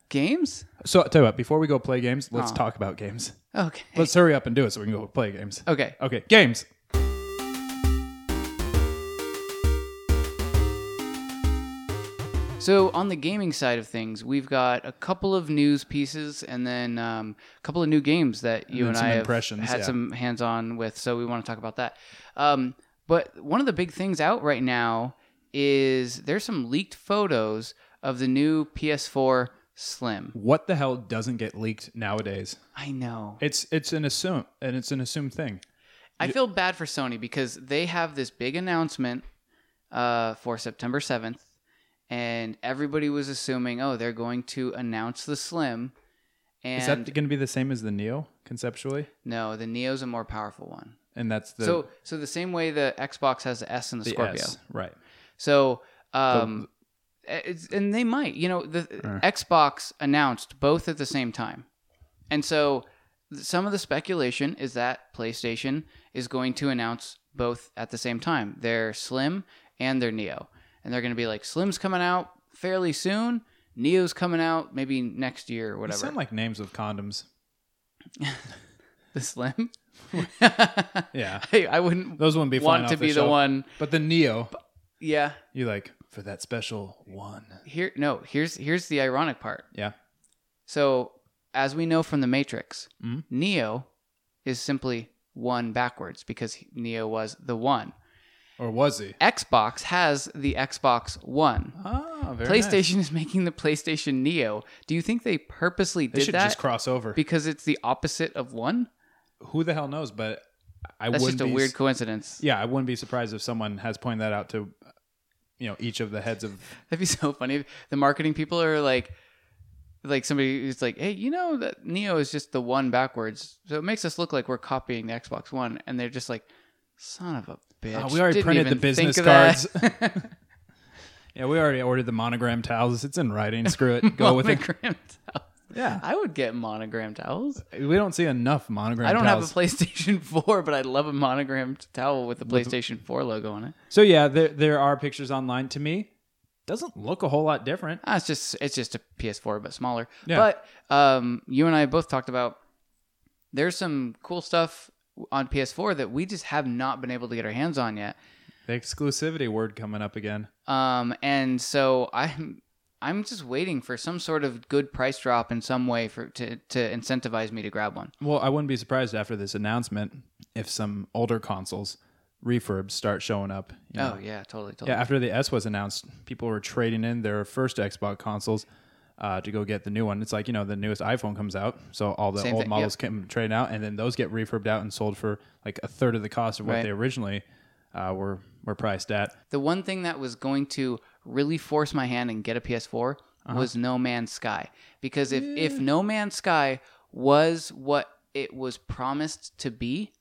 [SPEAKER 2] Games?
[SPEAKER 1] So tell you what, before we go play games, let's talk about games.
[SPEAKER 2] Okay.
[SPEAKER 1] Let's hurry up and do it so we can go play games.
[SPEAKER 2] okay.
[SPEAKER 1] Okay, games.
[SPEAKER 2] So on the gaming side of things, we've got a couple of news pieces, and then um, a couple of new games that you
[SPEAKER 1] then
[SPEAKER 2] and,
[SPEAKER 1] some
[SPEAKER 2] I have
[SPEAKER 1] impressions,
[SPEAKER 2] had
[SPEAKER 1] yeah.
[SPEAKER 2] some hands-on with. So we want to talk about that. Um, but one of the big things out right now is there's some leaked photos of the new PS4 Slim.
[SPEAKER 1] What the hell doesn't get leaked nowadays?
[SPEAKER 2] I know.
[SPEAKER 1] It's it's an assume and it's an assumed thing.
[SPEAKER 2] I feel bad for Sony because they have this big announcement uh, for September 7th, and everybody was assuming, oh, they're going to announce the Slim. And
[SPEAKER 1] is that going to be the same as the Neo conceptually?
[SPEAKER 2] No, the Neo's a more powerful one.
[SPEAKER 1] And that's the
[SPEAKER 2] so, so the same way the Xbox has the S and the,
[SPEAKER 1] the
[SPEAKER 2] Scorpio.
[SPEAKER 1] S, right?
[SPEAKER 2] So, um, it's, and they might, you know, the
[SPEAKER 1] Uh.
[SPEAKER 2] Xbox announced both at the same time, and so th- some of the speculation is that PlayStation is going to announce both at the same time, their Slim and their Neo, and they're going to be like, Slim's coming out fairly soon. Neo's coming out maybe next year or
[SPEAKER 1] They
[SPEAKER 2] whatever.
[SPEAKER 1] sound like names of condoms.
[SPEAKER 2] (laughs) the Slim.
[SPEAKER 1] Yeah.
[SPEAKER 2] Hey, (laughs) I wouldn't
[SPEAKER 1] Those wouldn't be flying
[SPEAKER 2] want
[SPEAKER 1] off
[SPEAKER 2] to be the
[SPEAKER 1] shelf.
[SPEAKER 2] one.
[SPEAKER 1] But the Neo,
[SPEAKER 2] Yeah.
[SPEAKER 1] you like for that special one.
[SPEAKER 2] Here no, here's here's the ironic part.
[SPEAKER 1] Yeah. Mm-hmm.
[SPEAKER 2] So, as we know from the Matrix, Neo is simply one backwards because he- Neo was the one.
[SPEAKER 1] Or was he?
[SPEAKER 2] Xbox has the Xbox One.
[SPEAKER 1] Ah, very nice.
[SPEAKER 2] PlayStation is making the PlayStation Neo. Do you think they purposely
[SPEAKER 1] They
[SPEAKER 2] did
[SPEAKER 1] should
[SPEAKER 2] that
[SPEAKER 1] just cross over.
[SPEAKER 2] because it's the opposite of one?
[SPEAKER 1] Who the hell knows? But I
[SPEAKER 2] That's
[SPEAKER 1] wouldn't
[SPEAKER 2] just a
[SPEAKER 1] be
[SPEAKER 2] weird coincidence.
[SPEAKER 1] Yeah, I wouldn't be surprised if someone has pointed that out to, you know, each of the heads of.
[SPEAKER 2] That'd be (laughs) so funny. The marketing people are like, like somebody who's like, hey, you know that Neo is just the one backwards, so it makes us look like we're copying the Xbox One, and they're just like, son of a bitch.
[SPEAKER 1] uh, we already
[SPEAKER 2] didn't
[SPEAKER 1] printed the
[SPEAKER 2] even
[SPEAKER 1] business
[SPEAKER 2] think of (laughs) that."
[SPEAKER 1] (laughs) Yeah, we already ordered the monogram towels. It's in writing. Screw it. Go with it.
[SPEAKER 2] (laughs) Monogram towel.
[SPEAKER 1] Yeah,
[SPEAKER 2] I would get monogram towels.
[SPEAKER 1] we don't see enough monogram.
[SPEAKER 2] I don't
[SPEAKER 1] towels.
[SPEAKER 2] have a PlayStation (laughs) 4, but I'd love a monogrammed towel with the PlayStation 4 logo on it.
[SPEAKER 1] so yeah, there there are pictures online. To me, doesn't look a whole lot different.
[SPEAKER 2] Ah, it's just it's just a PS4 but smaller.
[SPEAKER 1] Yeah.
[SPEAKER 2] But um, you and I both talked about there's some cool stuff on PS4 that we just have not been able to get our hands on yet.
[SPEAKER 1] The exclusivity word coming up again.
[SPEAKER 2] Um, and so I'm I'm just waiting for some sort of good price drop in some way for to to incentivize me to grab one.
[SPEAKER 1] Well, I wouldn't be surprised after this announcement if some older consoles refurbs start showing up. you know.
[SPEAKER 2] Oh yeah, totally, totally.
[SPEAKER 1] Yeah, after the S was announced, people were trading in their first Xbox consoles uh, to go get the new one. It's like you know the newest iPhone comes out, so all the
[SPEAKER 2] Same
[SPEAKER 1] old
[SPEAKER 2] thing,
[SPEAKER 1] models can trade out, and then those get refurbed out and sold for like a third of the cost of what
[SPEAKER 2] Right.
[SPEAKER 1] they originally uh, were were priced at.
[SPEAKER 2] The one thing that was going to really force my hand and get a PS4
[SPEAKER 1] Uh-huh.
[SPEAKER 2] was No Man's Sky because if
[SPEAKER 1] Mm.
[SPEAKER 2] if No Man's Sky was what it was promised to be,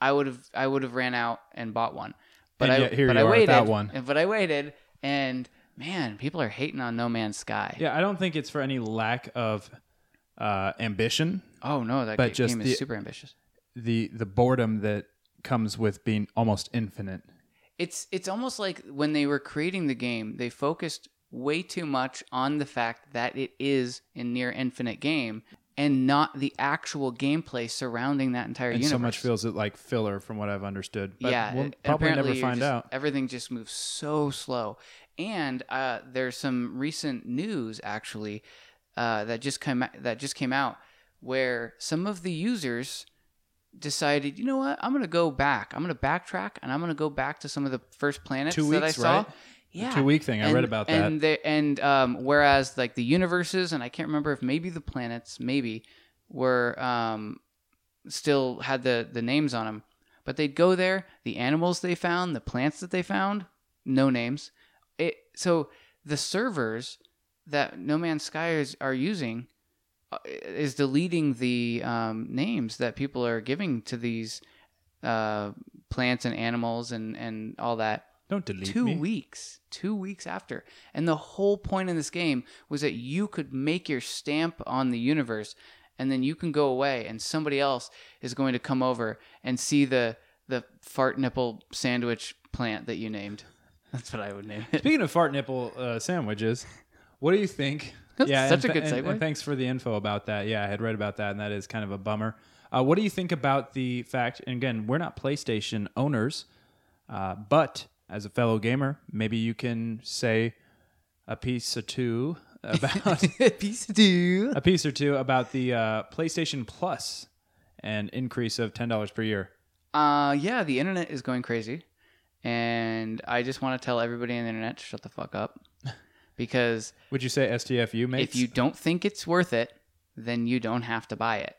[SPEAKER 2] I would have I would have ran out and bought one. But
[SPEAKER 1] And
[SPEAKER 2] I
[SPEAKER 1] yet here
[SPEAKER 2] but
[SPEAKER 1] you
[SPEAKER 2] I
[SPEAKER 1] are
[SPEAKER 2] waited
[SPEAKER 1] without one.
[SPEAKER 2] and- But I waited and man, people are hating on No Man's Sky.
[SPEAKER 1] Yeah, I don't think it's for any lack of uh, ambition.
[SPEAKER 2] Oh no, that
[SPEAKER 1] But
[SPEAKER 2] ga-
[SPEAKER 1] just
[SPEAKER 2] game
[SPEAKER 1] the-
[SPEAKER 2] is super ambitious.
[SPEAKER 1] The the boredom that comes with being almost infinite.
[SPEAKER 2] it's it's almost like when they were creating the game, they focused way too much on the fact that it is a near infinite game and not the actual gameplay surrounding that entire
[SPEAKER 1] And
[SPEAKER 2] universe.
[SPEAKER 1] so much feels it like filler, from what I've understood. But
[SPEAKER 2] yeah,
[SPEAKER 1] we'll
[SPEAKER 2] it-
[SPEAKER 1] probably
[SPEAKER 2] apparently
[SPEAKER 1] never
[SPEAKER 2] you're
[SPEAKER 1] find
[SPEAKER 2] just-
[SPEAKER 1] out.
[SPEAKER 2] Everything just moves so slow, and uh, there's some recent news actually uh, that just came that just came out where some of the users decided, you know what, I'm gonna go back, I'm gonna backtrack, and I'm gonna go back to some of the first planets
[SPEAKER 1] Two
[SPEAKER 2] that I
[SPEAKER 1] weeks,
[SPEAKER 2] saw.
[SPEAKER 1] right? The
[SPEAKER 2] Yeah,
[SPEAKER 1] two week thing. I read about that.
[SPEAKER 2] and they, and um, whereas like the universes, and I can't remember if maybe the planets, maybe were um, still had the the names on them, but they'd go there. The animals they found, the plants that they found, no names. It so the servers that No Man's Sky is, are using uh, is deleting the um, names that people are giving to these uh, plants and animals and and all that
[SPEAKER 1] don't delete
[SPEAKER 2] two
[SPEAKER 1] me.
[SPEAKER 2] weeks two weeks after and the whole point in this game was that you could make your stamp on the universe and then you can go away and somebody else is going to come over and see the the fart nipple sandwich plant that you named (laughs) that's what i would name it
[SPEAKER 1] Speaking of fart nipple uh, sandwiches, what do you think?
[SPEAKER 2] (laughs) That's such
[SPEAKER 1] and
[SPEAKER 2] a good
[SPEAKER 1] and-
[SPEAKER 2] segue.
[SPEAKER 1] and thanks for the info about that. Yeah, I had read about that, and that is kind of a bummer. Uh, what do you think about the fact? And again, we're not PlayStation owners, uh, but as a fellow gamer, maybe you can say a piece or two
[SPEAKER 2] (laughs)
[SPEAKER 1] about
[SPEAKER 2] piece of do
[SPEAKER 1] a piece or two about the uh, PlayStation Plus and increase of ten dollars per year.
[SPEAKER 2] uh yeah the internet is going crazy and i just want to tell everybody on the internet to shut the fuck up because
[SPEAKER 1] Would you say STFU mates?
[SPEAKER 2] if you don't think it's worth it, then you don't have to buy it.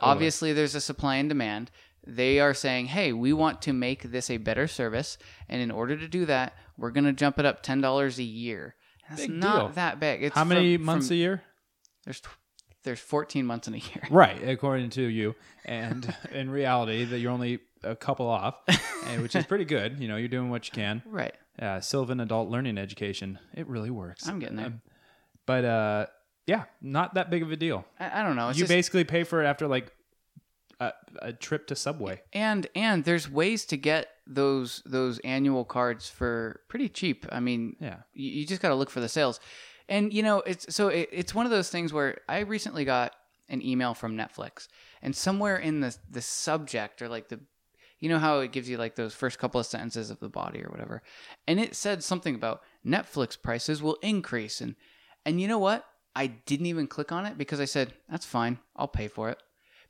[SPEAKER 2] Obviously, there's a supply and demand. They are saying, hey, we want to make this a better service. And in order to do that, we're going to jump it up $10 a year. That's
[SPEAKER 1] Big
[SPEAKER 2] not
[SPEAKER 1] deal.
[SPEAKER 2] that big. It's
[SPEAKER 1] how many months a
[SPEAKER 2] From,
[SPEAKER 1] year?
[SPEAKER 2] there's, tw- there's 14 months in
[SPEAKER 1] (laughs)
[SPEAKER 2] a year.
[SPEAKER 1] Right, uh, according to you, and (laughs) in reality, that you're only a couple off, and which is pretty good. You know, you're doing what you can.
[SPEAKER 2] Right.
[SPEAKER 1] Uh, Sylvan Adult Learning Education, it really works.
[SPEAKER 2] I'm getting there.
[SPEAKER 1] Um, but uh, yeah, not that big of a deal.
[SPEAKER 2] I, I don't know. It's
[SPEAKER 1] you
[SPEAKER 2] just,
[SPEAKER 1] basically pay for it after like a, a trip to Subway.
[SPEAKER 2] and and there's ways to get those those annual cards for pretty cheap. I mean,
[SPEAKER 1] Yeah,
[SPEAKER 2] you, you just got to look for the sales and you know it's so it, it's one of those things where i recently got an email from netflix and somewhere in the the subject or like the you know how it gives you like those first couple of sentences of the body or whatever and it said something about netflix prices will increase and and you know what i didn't even click on it because i said that's fine i'll pay for it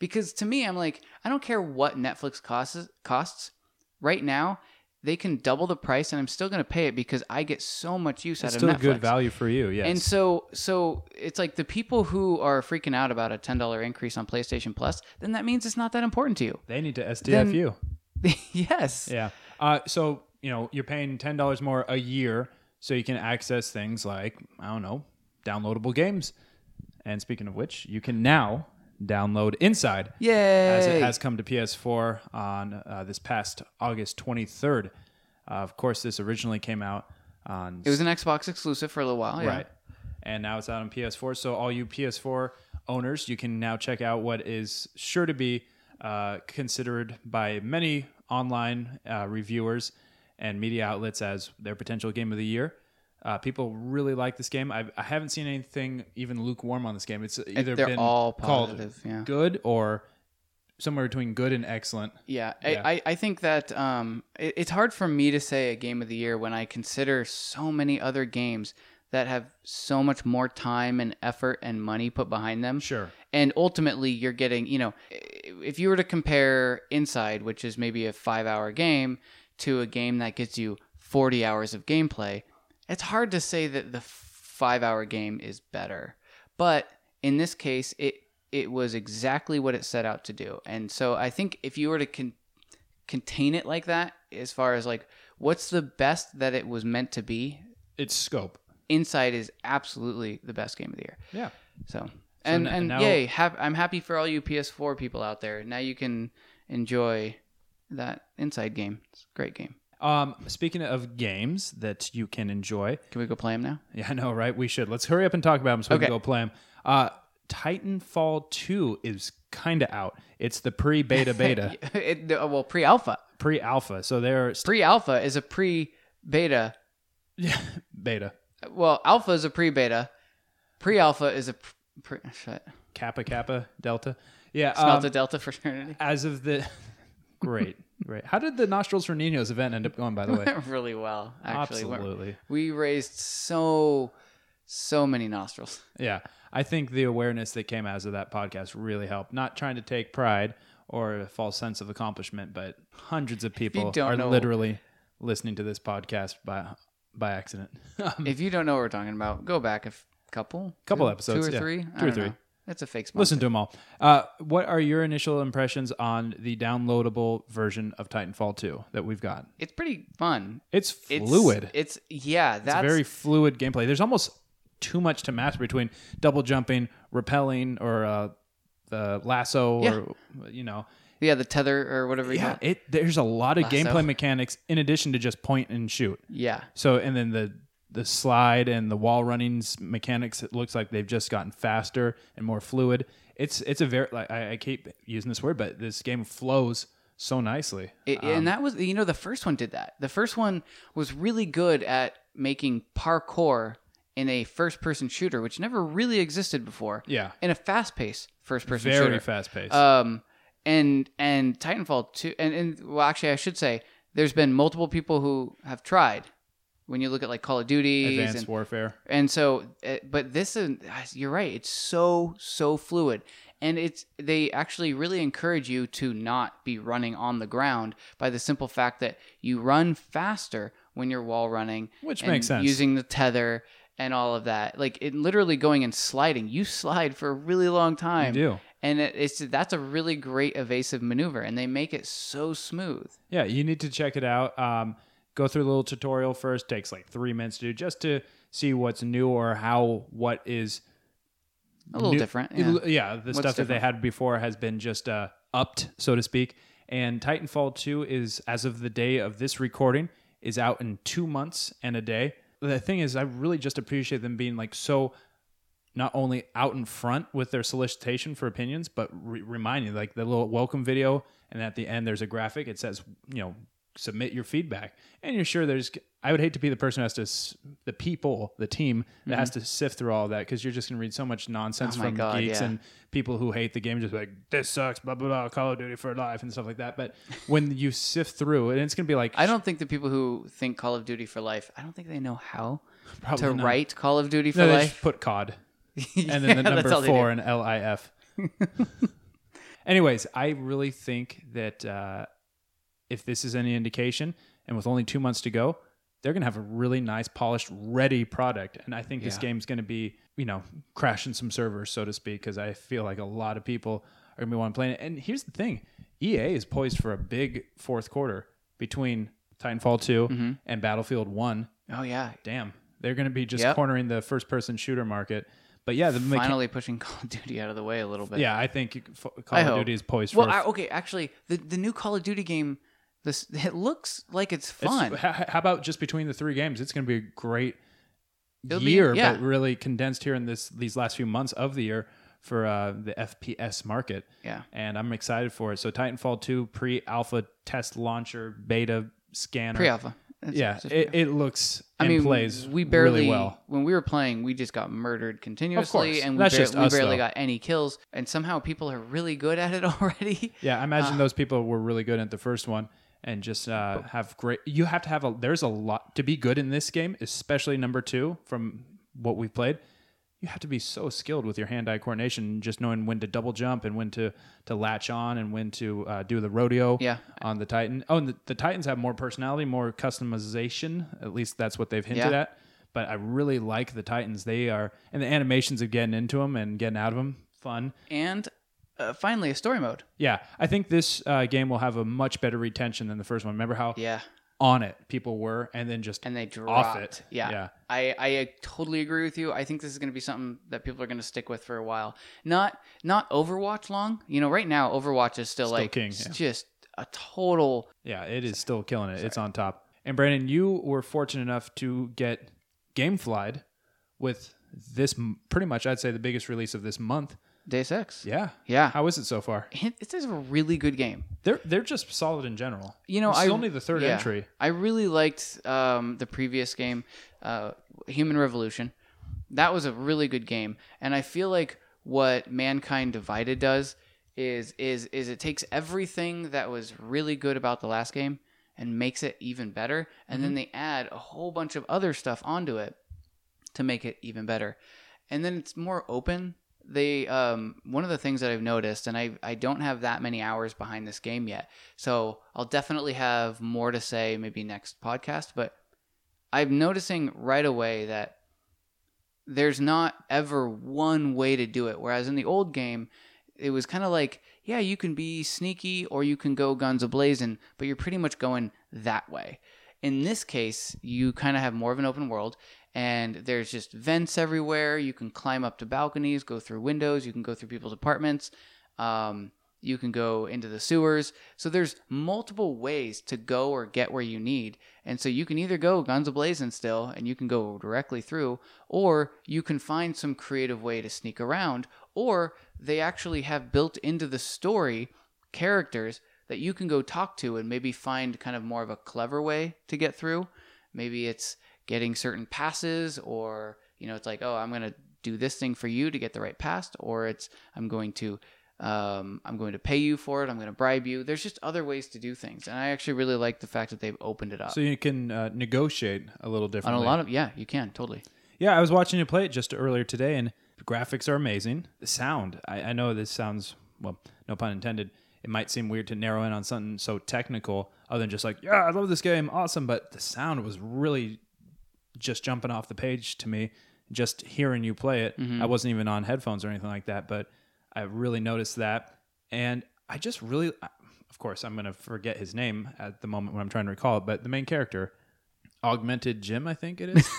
[SPEAKER 2] because to me I'm like I don't care what Netflix costs costs right now they can double the price and I'm still going to pay it because I get so much use
[SPEAKER 1] It's
[SPEAKER 2] out
[SPEAKER 1] still
[SPEAKER 2] of Netflix.
[SPEAKER 1] good value for you. Yes.
[SPEAKER 2] And so so it's like the people who are freaking out about a $10 increase on PlayStation Plus, then that means it's not that important to you. (laughs)
[SPEAKER 1] they need to SDF you.
[SPEAKER 2] yes.
[SPEAKER 1] Yeah. Uh, so you know you're paying ten dollars more a year, so you can access things like I don't know, downloadable games. And speaking of which, you can now download Inside,
[SPEAKER 2] Yay.
[SPEAKER 1] as it has come to PS4 on uh, this past August 23rd. Uh, of course, this originally came out on
[SPEAKER 2] It was an Xbox exclusive for a little while. Yeah.
[SPEAKER 1] Right. And now it's out on PS4. So all you PS4 owners, you can now check out what is sure to be uh, considered by many online uh, reviewers and media outlets as their potential game of the year. Uh, people really like this game. I've, I haven't seen anything even lukewarm on this game. It's either
[SPEAKER 2] They're
[SPEAKER 1] been
[SPEAKER 2] all
[SPEAKER 1] called
[SPEAKER 2] positive. Yeah.
[SPEAKER 1] good or somewhere between good and excellent.
[SPEAKER 2] Yeah,
[SPEAKER 1] Yeah.
[SPEAKER 2] I, I, I think that um, it, it's hard for me to say a game of the year when I consider so many other games that have so much more time and effort and money put behind them.
[SPEAKER 1] Sure.
[SPEAKER 2] And ultimately, you're getting, you know, i- if you were to compare Inside, which is maybe a five hour game, to a game that gets you 40 hours of gameplay, it's hard to say that the five hour game is better. But in this case, it it was exactly what it set out to do. And so I think if you were to con- contain it like that, as far as like what's the best that it was meant to be,
[SPEAKER 1] Its scope.
[SPEAKER 2] Inside is absolutely the best game of the year.
[SPEAKER 1] Yeah.
[SPEAKER 2] So and
[SPEAKER 1] n-
[SPEAKER 2] and
[SPEAKER 1] now-
[SPEAKER 2] yay, hap- I'm happy for all you PS4 people out there. Now you can enjoy that Inside game. It's a great game.
[SPEAKER 1] Um, speaking of games that you can enjoy,
[SPEAKER 2] Can we go play them now?
[SPEAKER 1] Yeah, (laughs) I know, right? We should. Let's hurry up and talk about them so we
[SPEAKER 2] Okay.
[SPEAKER 1] can go play them. Uh, Titanfall 2 is kind of out. It's the pre
[SPEAKER 2] (laughs)
[SPEAKER 1] beta beta,
[SPEAKER 2] it, uh, well, pre-alpha.
[SPEAKER 1] pre alpha. So they're st-
[SPEAKER 2] Pre-alpha is a pre-beta.
[SPEAKER 1] yeah, beta.
[SPEAKER 2] Well, alpha is a pre-beta. Pre-alpha is a pre- (laughs) shit.
[SPEAKER 1] Kappa, Kappa, Delta. Yeah.
[SPEAKER 2] Smell
[SPEAKER 1] Um,
[SPEAKER 2] the Delta fraternity. (laughs)
[SPEAKER 1] as of the. (laughs) great, great. How did the Nostrils for Ninos event end up going, by the way?
[SPEAKER 2] Went really well, (laughs) actually. We're-
[SPEAKER 1] Absolutely.
[SPEAKER 2] We raised so, so many nostrils.
[SPEAKER 1] Yeah. I think the awareness that came out of that podcast really helped. Not trying to take pride or a false sense of accomplishment, but hundreds of people
[SPEAKER 2] don't
[SPEAKER 1] are
[SPEAKER 2] know-
[SPEAKER 1] literally listening to this podcast by by accident. (laughs) Um,
[SPEAKER 2] If you don't know what we're talking about, go back a f- couple,
[SPEAKER 1] Couple
[SPEAKER 2] two-
[SPEAKER 1] episodes,
[SPEAKER 2] two or
[SPEAKER 1] yeah.
[SPEAKER 2] three,
[SPEAKER 1] Two or three.
[SPEAKER 2] That's a fake.
[SPEAKER 1] listen
[SPEAKER 2] Listen,
[SPEAKER 1] to them all. Uh, what are your initial impressions on the downloadable version of Titanfall 2 that we've got?
[SPEAKER 2] it's pretty fun.
[SPEAKER 1] It's
[SPEAKER 2] It's
[SPEAKER 1] fluid.
[SPEAKER 2] It's yeah. That's
[SPEAKER 1] it's very fluid gameplay. There's almost too much to master between double jumping, repelling, or uh, the lasso, or you know.
[SPEAKER 2] yeah. The tether or whatever. You
[SPEAKER 1] Yeah,
[SPEAKER 2] call it.
[SPEAKER 1] it there's a lot of
[SPEAKER 2] Lasso.
[SPEAKER 1] gameplay mechanics in addition to just point and shoot.
[SPEAKER 2] yeah.
[SPEAKER 1] So and then the the slide and the wall runnings mechanics it looks like they've just gotten faster and more fluid. It's it's a very like I, I keep using this word, but this game flows so nicely.
[SPEAKER 2] It,
[SPEAKER 1] Um,
[SPEAKER 2] and that was, you know, the first one did that. The first one was really good at making parkour in a first person shooter, which never really existed before.
[SPEAKER 1] Yeah.
[SPEAKER 2] In a fast paced first person shooter.
[SPEAKER 1] Very fast paced.
[SPEAKER 2] Um, and and Titanfall two, and, and well, actually, I should say there's been multiple people who have tried. When you look at like Call of Duty,
[SPEAKER 1] Advanced
[SPEAKER 2] and,
[SPEAKER 1] warfare.
[SPEAKER 2] and so, uh, but this is you're right. It's so so fluid, and it's they actually really encourage you to not be running on the ground by the simple fact that you run faster when you're wall running,
[SPEAKER 1] Which
[SPEAKER 2] and
[SPEAKER 1] makes sense.
[SPEAKER 2] Using the tether and all of that, like it literally going and sliding. You slide for a really long
[SPEAKER 1] I
[SPEAKER 2] time
[SPEAKER 1] do.
[SPEAKER 2] and it, it's that's a really great evasive maneuver, and they make it so smooth.
[SPEAKER 1] Yeah, you need to check it out. Um, go through a little tutorial first. Takes like three minutes to do just to see what's new or how what is
[SPEAKER 2] A little
[SPEAKER 1] new-
[SPEAKER 2] different.
[SPEAKER 1] it-
[SPEAKER 2] Yeah.
[SPEAKER 1] Yeah, the stuff that they
[SPEAKER 2] different?
[SPEAKER 1] had before has been just uh, upped, so to speak. And Titanfall 2 is, as of the day of this recording, is out in two months and a day. The thing is, I really just appreciate them being like so not only out in front with their solicitation for opinions, but re- reminding like the little welcome video, and at the end there's a graphic. It says, you know, submit your feedback, and you're sure there's. I would hate to be the person who has to, s- the people, the team that has to sift through all that because you're just gonna read so much nonsense
[SPEAKER 2] Mm-hmm. Oh my
[SPEAKER 1] from
[SPEAKER 2] God,
[SPEAKER 1] geeks
[SPEAKER 2] yeah.
[SPEAKER 1] and people who hate the game, just like this sucks, blah blah blah, Call of Duty for life and stuff like that. But when you sift through, and it's gonna be like
[SPEAKER 2] I don't think the people who think Call of Duty for life, I don't think they know how
[SPEAKER 1] probably
[SPEAKER 2] to
[SPEAKER 1] not.
[SPEAKER 2] write Call of Duty for
[SPEAKER 1] No, they just
[SPEAKER 2] life. (laughs)
[SPEAKER 1] put COD. and then the
[SPEAKER 2] Yeah,
[SPEAKER 1] number
[SPEAKER 2] (laughs) that's all they
[SPEAKER 1] four and LIF. Anyways, I really think that uh, if this is any indication, and with only two months to go, they're going to have a really nice, polished, ready product. And I think this
[SPEAKER 2] Yeah.
[SPEAKER 1] game's going to be, you know, crashing some servers, so to speak, because I feel like a lot of people are going to be wanting to play it. And here's the thing EA is poised for a big fourth quarter between Titanfall 2
[SPEAKER 2] Mm-hmm.
[SPEAKER 1] and Battlefield 1.
[SPEAKER 2] Oh yeah,
[SPEAKER 1] Damn, they're going to be just
[SPEAKER 2] Yep.
[SPEAKER 1] cornering the first person shooter market. But yeah, the mecha-
[SPEAKER 2] finally pushing (laughs) Call of Duty out of the way a little bit.
[SPEAKER 1] yeah, I think F- Call
[SPEAKER 2] I
[SPEAKER 1] of
[SPEAKER 2] hope.
[SPEAKER 1] Duty is poised
[SPEAKER 2] Well,
[SPEAKER 1] for a
[SPEAKER 2] I, okay, actually, the the new Call of Duty game, this (laughs) it looks like it's
[SPEAKER 1] It's-
[SPEAKER 2] fun.
[SPEAKER 1] h- how about just between the three games? It's going to be a great
[SPEAKER 2] It'll be-
[SPEAKER 1] year,
[SPEAKER 2] yeah.
[SPEAKER 1] but really condensed here in this these last few months of the year for uh, the FPS market.
[SPEAKER 2] Yeah.
[SPEAKER 1] and I'm excited for it. So Titanfall 2 pre-alpha test launcher beta scanner.
[SPEAKER 2] Pre-alpha. It's-
[SPEAKER 1] Yeah,
[SPEAKER 2] it's-
[SPEAKER 1] it, it looks
[SPEAKER 2] I
[SPEAKER 1] and
[SPEAKER 2] mean,
[SPEAKER 1] plays
[SPEAKER 2] we barely
[SPEAKER 1] really well.
[SPEAKER 2] when we were playing, we just got murdered continuously, and we,
[SPEAKER 1] That's
[SPEAKER 2] bar-
[SPEAKER 1] just
[SPEAKER 2] we
[SPEAKER 1] us,
[SPEAKER 2] barely
[SPEAKER 1] though.
[SPEAKER 2] got any kills. And somehow people are really good at it (laughs) already.
[SPEAKER 1] Yeah, I
[SPEAKER 2] Uh,
[SPEAKER 1] imagine those people were really good at the first one and just uh, have great. You have to have a. There's a lot to be good in this game, especially number two from what we've played. You have to be so skilled with your hand-eye coordination, and just knowing when to double jump and when to to latch on and when to uh, do the rodeo.
[SPEAKER 2] Yeah.
[SPEAKER 1] on the Titan. Oh, and the, the Titans have more personality, more customization. At least that's what they've hinted
[SPEAKER 2] Yeah.
[SPEAKER 1] at. But I really like the Titans. They are, and the animations of getting into them and getting out of them, fun.
[SPEAKER 2] And uh, finally, a story mode.
[SPEAKER 1] Yeah, I think this uh, game will have a much better retention than the first one. Remember how
[SPEAKER 2] Yeah,
[SPEAKER 1] on it people were, and then just
[SPEAKER 2] and they dropped.
[SPEAKER 1] off it.
[SPEAKER 2] Yeah.
[SPEAKER 1] yeah,
[SPEAKER 2] I, I totally agree with you. I think this is going to be something that people are going to stick with for a while. Not not Overwatch long. You know, right now Overwatch is still, like
[SPEAKER 1] king,
[SPEAKER 2] s-
[SPEAKER 1] yeah.
[SPEAKER 2] just a total
[SPEAKER 1] yeah. It is still killing it. It's on top. And Brandon, you were fortunate enough to get GameFlied with this m- pretty much, I'd say, the biggest release of this month.
[SPEAKER 2] Deus Ex.
[SPEAKER 1] Yeah,
[SPEAKER 2] Yeah.
[SPEAKER 1] How is it so far?
[SPEAKER 2] It- This is a really good game.
[SPEAKER 1] They're they're just solid in general.
[SPEAKER 2] You know,
[SPEAKER 1] This
[SPEAKER 2] I
[SPEAKER 1] is only the third
[SPEAKER 2] yeah.
[SPEAKER 1] entry.
[SPEAKER 2] I really liked um, the previous game, uh, Human Revolution. That was a really good game, and I feel like what Mankind Divided does is is is it takes everything that was really good about the last game and makes it even better, and then they add a whole bunch of other stuff onto it to make it even better. And then it's more open. They um, one of the things that I've noticed, and I I don't have that many hours behind this game yet, so I'll definitely have more to say maybe next podcast. But I'm noticing right away that there's not ever one way to do it. Whereas in the old game, it was kind of like, yeah, you can be sneaky or you can go guns ablazing, but you're pretty much going that way. In this case, you kind of have more of an open world, and there's just vents everywhere. You can climb up to balconies, go through windows, you can go through people's apartments, um, you can go into the sewers. So there's multiple ways to go or get where you need. And so you can either go guns ablazing still, and you can go directly through, or you can find some creative way to sneak around, or they actually have built into the story characters that you can go talk to and maybe find kind of more of a clever way to get through. Maybe it's getting certain passes, or, you know, it's like, oh, I'm going to do this thing for you to get the right pass, or it's, I'm going to. Um, I'm going to pay you for it. I'm going to bribe you. There's just other ways to do things, and I actually really like the fact that they've opened it up
[SPEAKER 1] So you can uh, negotiate a little
[SPEAKER 2] on
[SPEAKER 1] differently.
[SPEAKER 2] a lot of. Yeah, you can totally.
[SPEAKER 1] Yeah, I was watching you play it just earlier today, and the graphics are amazing. The sound, I, I know this sounds, well, no pun intended. It might seem weird to narrow in on something so technical, other than just like, yeah, I love this game, awesome. But the sound was really just jumping off the page to me, just hearing you play it. I wasn't even on headphones or anything like that, but I really noticed that. And I just really, of course, I'm going to forget his name at the moment when I'm trying to recall it, but the main character, Augmented Jim, I think it is.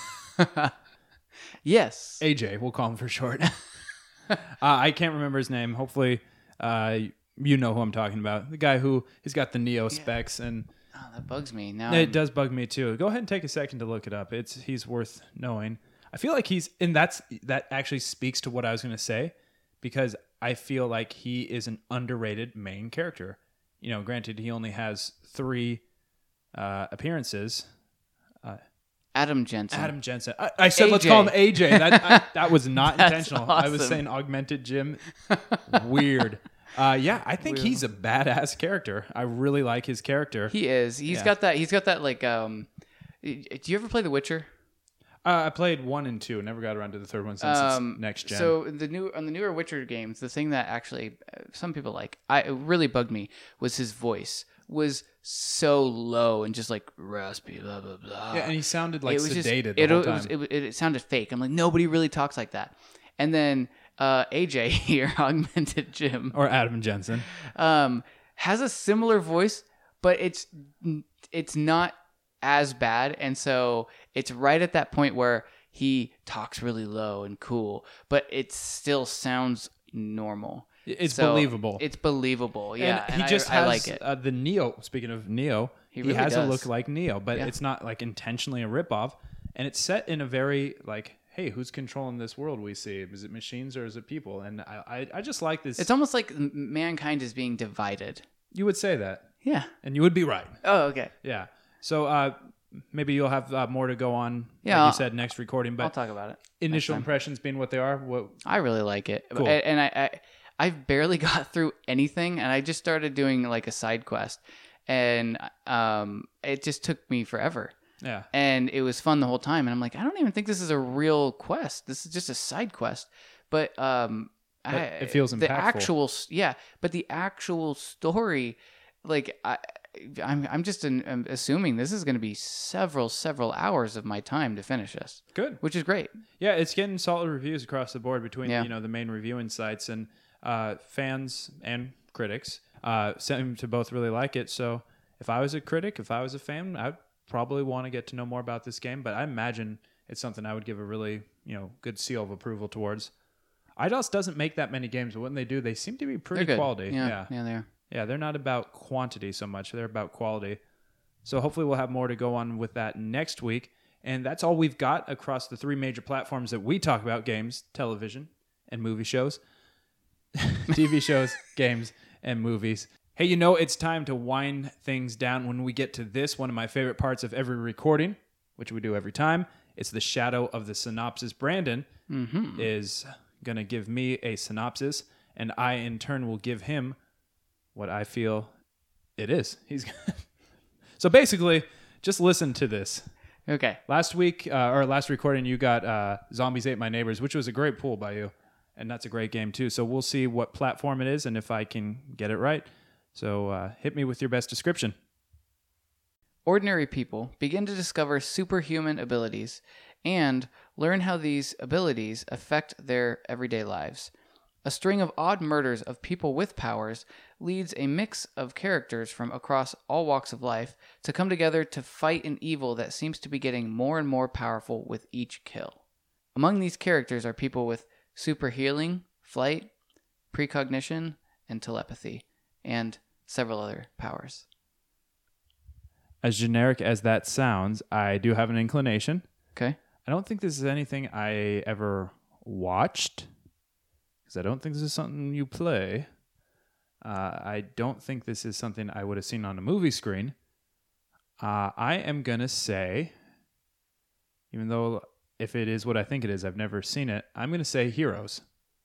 [SPEAKER 2] Yes.
[SPEAKER 1] AJ, we'll call him for short. (laughs) uh, I can't remember his name. Hopefully, uh, you know who I'm talking about. The guy who he's got the Neo specs, and
[SPEAKER 2] Oh, that bugs me now.
[SPEAKER 1] it does bug me too. Go ahead and take a second to look it up. It's he's worth knowing. I feel like he's, and that's that actually speaks to what I was going to say, because I feel like he is an underrated main character. You know, granted, he only has three uh, appearances.
[SPEAKER 2] Adam Jensen.
[SPEAKER 1] Adam Jensen. I, I said let's
[SPEAKER 2] AJ.
[SPEAKER 1] call him AJ. That
[SPEAKER 2] (laughs)
[SPEAKER 1] I, that was not
[SPEAKER 2] That's
[SPEAKER 1] intentional. I was
[SPEAKER 2] awesome.
[SPEAKER 1] saying augmented
[SPEAKER 2] (laughs)
[SPEAKER 1] Jim. Weird. Uh, yeah, I think he's a badass character. I really like his character.
[SPEAKER 2] He is. He's
[SPEAKER 1] Yeah.
[SPEAKER 2] got that. He's got that like. Um, do you ever play The Witcher?
[SPEAKER 1] uh, I played one and two. Never got around to the third one since
[SPEAKER 2] Um,
[SPEAKER 1] it's next gen.
[SPEAKER 2] So the new on the newer Witcher games, the thing that actually uh, some people like. I it really bugged me was his voice was so low and just like raspy, blah blah blah.
[SPEAKER 1] Yeah, and he sounded like
[SPEAKER 2] it was
[SPEAKER 1] sedated
[SPEAKER 2] just
[SPEAKER 1] the
[SPEAKER 2] it,
[SPEAKER 1] whole
[SPEAKER 2] it
[SPEAKER 1] time.
[SPEAKER 2] was- it, was- it, it sounded fake. I'm like nobody really talks like that. And then uh, AJ (laughs) here, augmented Jim,
[SPEAKER 4] or Adam Jensen.
[SPEAKER 2] um, has a similar voice, but it's it's not as bad, and so it's right at that point where he talks really low and cool, but it still sounds normal.
[SPEAKER 1] it's
[SPEAKER 2] So
[SPEAKER 1] believable.
[SPEAKER 2] It's believable. Yeah,
[SPEAKER 1] and he just
[SPEAKER 2] I,
[SPEAKER 1] has
[SPEAKER 2] I like it.
[SPEAKER 1] Uh, the Neo. Speaking of Neo, he,
[SPEAKER 2] He really
[SPEAKER 1] has a
[SPEAKER 2] does.
[SPEAKER 1] look like Neo, but
[SPEAKER 2] Yeah.
[SPEAKER 1] it's not like intentionally a ripoff. And it's set in a very like, hey, who's controlling this world we see? Is it machines or is it people? And I, I, I just like this.
[SPEAKER 2] It's almost like m- mankind is being divided.
[SPEAKER 1] you would say that,
[SPEAKER 2] Yeah.
[SPEAKER 1] and you would be right.
[SPEAKER 2] Oh, okay.
[SPEAKER 1] Yeah. So uh, maybe you'll have uh, more to go on.
[SPEAKER 2] Yeah,
[SPEAKER 1] like
[SPEAKER 2] I'll-
[SPEAKER 1] you said next recording,
[SPEAKER 2] I'll
[SPEAKER 1] but
[SPEAKER 2] talk about it.
[SPEAKER 1] initial impressions being what they are. What
[SPEAKER 2] I really like it,
[SPEAKER 1] Cool.
[SPEAKER 2] A- and I, I I've barely (laughs) got through anything, and I just started doing like a side quest, and um, it just took me forever,
[SPEAKER 1] yeah.
[SPEAKER 2] and it was fun the whole time, and I'm like, I don't even think this is a real quest. This is just a side quest, but um, I,
[SPEAKER 1] it feels
[SPEAKER 2] the
[SPEAKER 1] impactful.
[SPEAKER 2] actual s- yeah, but the actual story, like I. I'm I'm just an, I'm assuming this is going to be several several hours of my time to finish this,
[SPEAKER 1] Good.
[SPEAKER 2] which is great.
[SPEAKER 1] Yeah, it's getting solid reviews across the board between
[SPEAKER 2] Yeah.
[SPEAKER 1] you know the main reviewing sites and uh, fans and critics uh, seem to both really like it. So if I was a critic, if I was a fan, I'd probably want to get to know more about this game. But I imagine it's something I would give a really you know good seal of approval towards. IDOS doesn't make that many games, but when they do, they seem to be
[SPEAKER 2] They're
[SPEAKER 1] pretty
[SPEAKER 2] good.
[SPEAKER 1] quality.
[SPEAKER 2] Yeah,
[SPEAKER 1] yeah,
[SPEAKER 2] yeah, they are.
[SPEAKER 1] Yeah, they're not about quantity so much, they're about quality. So hopefully we'll have more to go on with that next week. And that's all we've got across the three major platforms that we talk about games, television, and movie shows. (laughs) TV shows, (laughs) games, and movies. Hey, you know, it's time to wind things down when we get to this, one of my favorite parts of every recording, which we do every time. It's the shadow of the synopsis. Brandon is going to give me a synopsis, and I, in turn, will give him what I feel it is. He's (laughs) so basically, just listen to this.
[SPEAKER 2] Okay.
[SPEAKER 1] Last week uh, or last recording, you got uh, "Zombies Ate My Neighbors," which was a great pool by you, and that's a great game too. So we'll see what platform it is and if I can get it right. So uh, hit me with your best description.
[SPEAKER 2] Ordinary people begin to discover superhuman abilities and learn how these abilities affect their everyday lives. A string of odd murders of people with powers leads a mix of characters from across all walks of life to come together to fight an evil that seems to be getting more and more powerful with each kill. Among these characters are people with super healing, flight, precognition, and telepathy, and several other powers.
[SPEAKER 1] As generic as that sounds, I do have an inclination.
[SPEAKER 2] Okay?
[SPEAKER 1] I don't think this is anything I ever watched because I don't think this is something you play. Uh, I don't think this is something I would have seen on a movie screen. Uh, I am going to say, even though if it is what I think it is, I've never seen it, I'm going to say Heroes.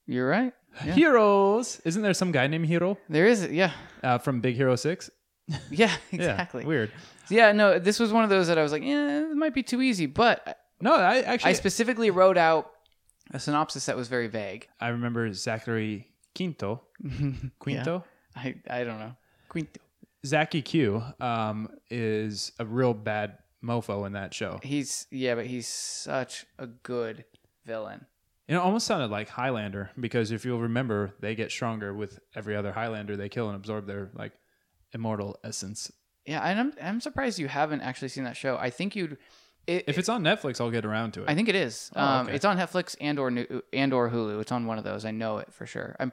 [SPEAKER 2] You're right. Yeah.
[SPEAKER 1] Heroes! Isn't there some guy named Hero
[SPEAKER 2] There is, yeah,
[SPEAKER 1] uh, from Big Hero 6?
[SPEAKER 2] yeah, (laughs)
[SPEAKER 1] Yeah,
[SPEAKER 2] exactly. Yeah,
[SPEAKER 1] weird.
[SPEAKER 2] no, this was one of those that I was like, yeah, it might be too easy, but I-
[SPEAKER 1] No, I actually.
[SPEAKER 2] I
[SPEAKER 1] I,
[SPEAKER 2] specifically wrote out a synopsis that was very vague. (laughs)
[SPEAKER 1] remember Zachary Quinto. Quinto?
[SPEAKER 2] I, I don't know. Quinto.
[SPEAKER 1] Zachy E Q um, is a real bad mofo in that show.
[SPEAKER 2] He's yeah, but he's such a good villain.
[SPEAKER 1] It almost sounded like Highlander because if you'll remember, they get stronger with every other Highlander they kill and absorb their like immortal essence.
[SPEAKER 2] Yeah, and I'm I'm surprised you haven't actually seen that show. I think you'd. It,
[SPEAKER 1] If it's on Netflix, I'll get around to it.
[SPEAKER 2] I think it is.
[SPEAKER 1] Oh,
[SPEAKER 2] um,
[SPEAKER 1] okay.
[SPEAKER 2] It's on Netflix and or new, and or Hulu. It's on one of those. I know it for sure. I'm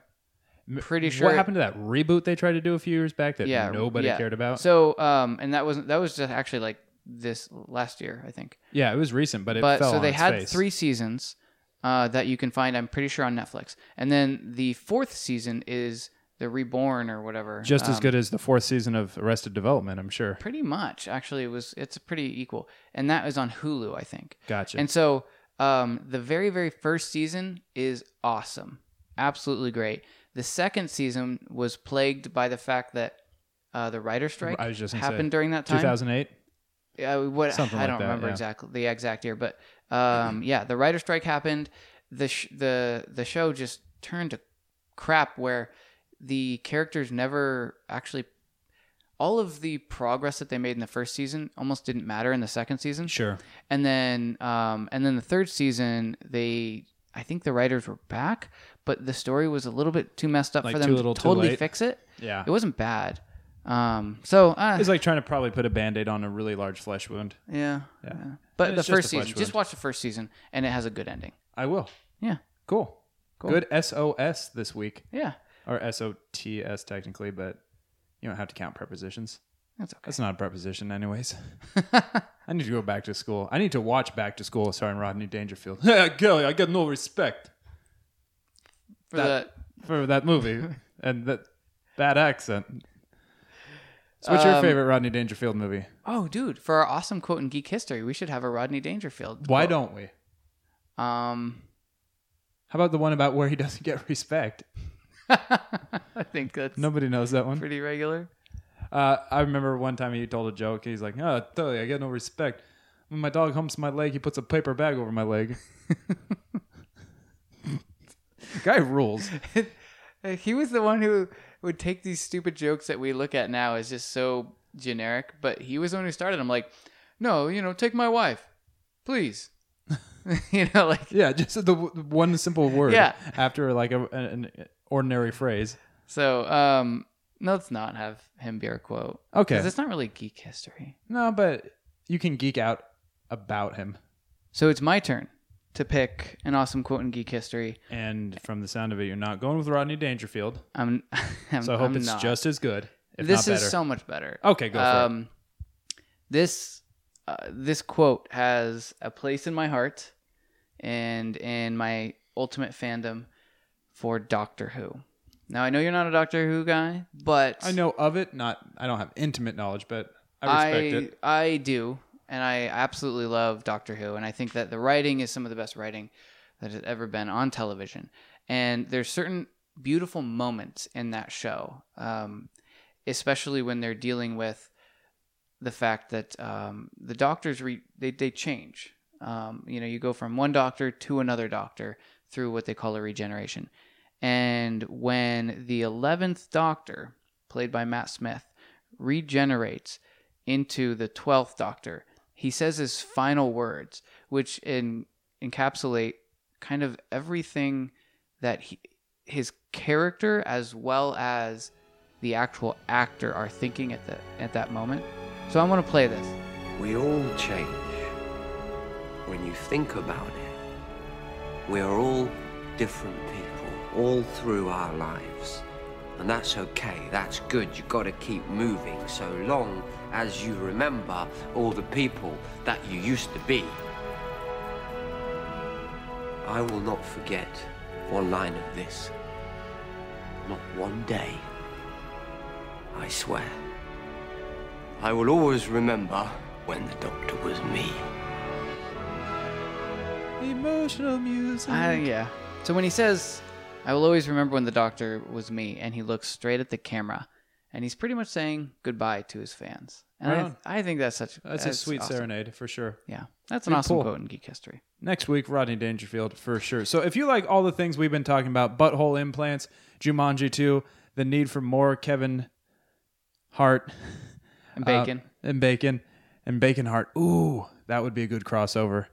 [SPEAKER 2] pretty sure.
[SPEAKER 1] What happened to that reboot they tried to do a few years back that
[SPEAKER 2] yeah
[SPEAKER 1] nobody
[SPEAKER 2] yeah.
[SPEAKER 1] cared about?
[SPEAKER 2] so um and that wasn't that was just actually like this last year i think
[SPEAKER 1] yeah, it was recent, but it
[SPEAKER 2] but
[SPEAKER 1] fell
[SPEAKER 2] so
[SPEAKER 1] on
[SPEAKER 2] they
[SPEAKER 1] its
[SPEAKER 2] had
[SPEAKER 1] face.
[SPEAKER 2] three seasons uh, that you can find i'm pretty sure on netflix and then the fourth season is the reborn or whatever
[SPEAKER 1] just as
[SPEAKER 2] Um,
[SPEAKER 1] good as the fourth season of Arrested Development, I'm sure.
[SPEAKER 2] pretty much actually it was it's pretty equal and that is on hulu i think
[SPEAKER 1] Gotcha.
[SPEAKER 2] and so um, the very, very first season is awesome. Absolutely great. The second season was plagued by the fact that uh, the writer strike
[SPEAKER 1] I was just gonna say,
[SPEAKER 2] happened during that time.
[SPEAKER 1] 2008.
[SPEAKER 2] uh, what
[SPEAKER 1] Something
[SPEAKER 2] I
[SPEAKER 1] like
[SPEAKER 2] don't
[SPEAKER 1] that,
[SPEAKER 2] remember
[SPEAKER 1] yeah.
[SPEAKER 2] exactly the exact year, but um, yeah, the writer strike happened. the sh- the The show just turned to crap where the characters never actually all of the progress that they made in the first season almost didn't matter in the second season.
[SPEAKER 1] Sure.
[SPEAKER 2] And then um, and then the third season they I think the writers were back, but the story was a little bit too messed up
[SPEAKER 1] Like
[SPEAKER 2] for them
[SPEAKER 1] too
[SPEAKER 2] to
[SPEAKER 1] little, too
[SPEAKER 2] totally
[SPEAKER 1] late.
[SPEAKER 2] fix it.
[SPEAKER 1] Yeah.
[SPEAKER 2] It wasn't bad. Um, so uh,
[SPEAKER 1] It's like trying to probably put a band aid on a really large flesh wound.
[SPEAKER 2] yeah, yeah.
[SPEAKER 1] It's
[SPEAKER 2] But the
[SPEAKER 1] just
[SPEAKER 2] first
[SPEAKER 1] a flesh
[SPEAKER 2] season,
[SPEAKER 1] wound.
[SPEAKER 2] just watch the first season, and it has a good ending.
[SPEAKER 1] I will.
[SPEAKER 2] Yeah,
[SPEAKER 1] Cool.
[SPEAKER 2] Cool.
[SPEAKER 1] Good SOS this week.
[SPEAKER 2] yeah,
[SPEAKER 1] Or SOTS technically, but you don't have to count prepositions.
[SPEAKER 2] that's okay.
[SPEAKER 1] That's not a preposition, anyways. (laughs) I need to go back to school. I need to watch Back to School starring Rodney Dangerfield. (laughs) Girl, I got no respect
[SPEAKER 2] For the
[SPEAKER 1] for that movie (laughs) and that bad accent. So, what's your
[SPEAKER 2] Um,
[SPEAKER 1] favorite Rodney Dangerfield movie?
[SPEAKER 2] oh, dude, for our awesome quote in geek history, we should have a Rodney Dangerfield.
[SPEAKER 1] Why don't we?
[SPEAKER 2] Um,
[SPEAKER 1] How about the one about where he doesn't get (laughs) respect?
[SPEAKER 2] (laughs) I think that's
[SPEAKER 1] Nobody knows that one.
[SPEAKER 2] pretty regular.
[SPEAKER 1] Uh, I remember one time he told a joke. He's like, "Oh, totally, I get no respect. When my dog humps my leg, he puts a paper bag over my leg." (laughs) Guy rules.
[SPEAKER 2] Uh, He was the one who would take these stupid jokes that we look at now as just so generic, but he was the one who started. I'm like, no, you know, take my wife, please. (laughs) you know, like
[SPEAKER 1] Yeah, just the w- one simple word.
[SPEAKER 2] Yeah.
[SPEAKER 1] After like a, an ordinary phrase.
[SPEAKER 2] so. Um, no, let's not have him be our quote.
[SPEAKER 1] Okay.
[SPEAKER 2] Because it's not really geek history.
[SPEAKER 1] No, but you can geek out about him.
[SPEAKER 2] So it's my turn to pick an awesome quote in geek history.
[SPEAKER 1] And from the sound of it, you're not going with Rodney Dangerfield.
[SPEAKER 2] I'm, (laughs) I'm
[SPEAKER 1] So I hope
[SPEAKER 2] I'm
[SPEAKER 1] it's
[SPEAKER 2] not.
[SPEAKER 1] just as good. If
[SPEAKER 2] this
[SPEAKER 1] not
[SPEAKER 2] is
[SPEAKER 1] better.
[SPEAKER 2] so much better.
[SPEAKER 1] Okay, go for it.
[SPEAKER 2] um, This uh, this quote has a place in my heart and in my ultimate fandom for Doctor Who. Now I know you're not a Doctor Who guy, but
[SPEAKER 1] I know of it. Not. I don't have intimate knowledge, but I respect it.
[SPEAKER 2] I, I do, and I absolutely love Doctor Who, and I think that the writing is some of the best writing that has ever been on television. And there's certain beautiful moments in that show, um, especially when they're dealing with the fact that um, the doctors re- they they change. Um, you know, you go from one doctor to another doctor through what they call a regeneration. And when the eleventh Doctor, played by Matt Smith, regenerates into the 12th doctor he says his final words which in, encapsulate kind of everything that he, his character as well as the actual actor are thinking at the at that moment so i'm going to play this
[SPEAKER 5] We all change. When you think about it, we are all different people all through our lives. And that's okay, that's good. You've got to keep moving so long as you remember all the people that you used to be. I will not forget one line of this. Not one day. I swear. I will always remember when the doctor was me.
[SPEAKER 1] Emotional music.
[SPEAKER 2] Uh, yeah. So when he says, I will always remember when the doctor was me, and he looks straight at the camera, and he's pretty much saying goodbye to his fans. And
[SPEAKER 1] Right
[SPEAKER 2] I,
[SPEAKER 1] on.
[SPEAKER 2] I think that's such
[SPEAKER 1] That's a sweet
[SPEAKER 2] awesome.
[SPEAKER 1] serenade for sure.
[SPEAKER 2] Yeah. That's an
[SPEAKER 1] Good
[SPEAKER 2] awesome
[SPEAKER 1] pull.
[SPEAKER 2] quote in geek history.
[SPEAKER 1] Next week, Rodney Dangerfield for sure. So if you like all the things we've been talking about, butthole implants, Jumanji 2, the need for more Kevin Hart
[SPEAKER 2] And bacon.
[SPEAKER 1] uh, and bacon and bacon heart. Ooh, that would be a good crossover.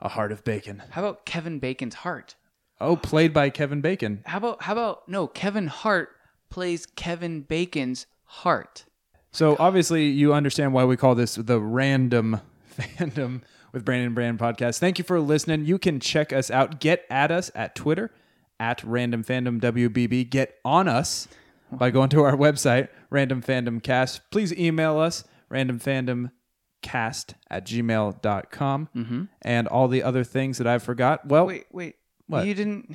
[SPEAKER 1] A heart of bacon.
[SPEAKER 2] how about Kevin Bacon's heart?
[SPEAKER 1] Oh, played by Kevin Bacon.
[SPEAKER 2] How about how about no, Kevin Hart plays Kevin Bacon's heart.
[SPEAKER 1] So obviously you understand why we call this the random (laughs) fandom with Brandon and Brand podcast. Thank you for listening. You can check us out. Get at us at Twitter at random fandom WBB. Get on us by going to our website, random fandom cast. Please email us random fandom cast at gmail.com mm-hmm. and all the other things that I forgot. Well,
[SPEAKER 2] Wait, wait.
[SPEAKER 1] What?
[SPEAKER 2] You didn't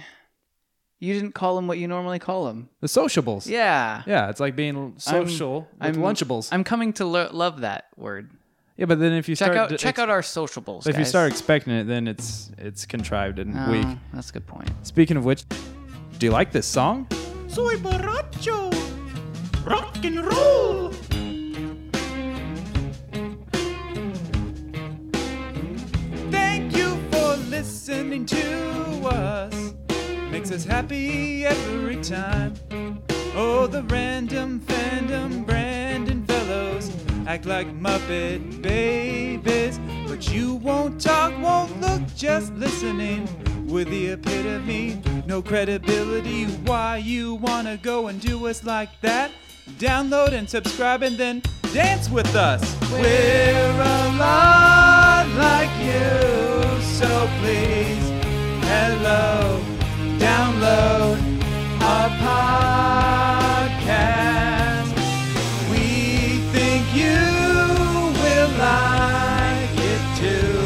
[SPEAKER 2] you didn't call him what you normally call him.
[SPEAKER 1] the sociables.
[SPEAKER 2] Yeah.
[SPEAKER 1] Yeah, it's like being social with
[SPEAKER 2] I'm,
[SPEAKER 1] lunchables.
[SPEAKER 2] I'm coming to lo- love that word.
[SPEAKER 1] yeah, but then if you
[SPEAKER 2] Check
[SPEAKER 1] start
[SPEAKER 2] out
[SPEAKER 1] to-
[SPEAKER 2] check out our sociables.
[SPEAKER 1] But if you
[SPEAKER 2] guys.
[SPEAKER 1] start expecting it, then it's it's contrived and
[SPEAKER 2] Oh,
[SPEAKER 1] weak.
[SPEAKER 2] That's a good point.
[SPEAKER 1] Speaking of which, do you like this song?
[SPEAKER 6] Soy borracho. Rock and roll.
[SPEAKER 1] Thank you for listening to us. Makes us happy every time. Oh, the random fandom Brandon fellows act like Muppet babies, but you won't talk, won't look, just listening. With the epitome, no credibility. Why you wanna go and do us like that? Download and subscribe and then dance with us. We're a lot like you, so please, hello, download a podcast. We think you will like it too,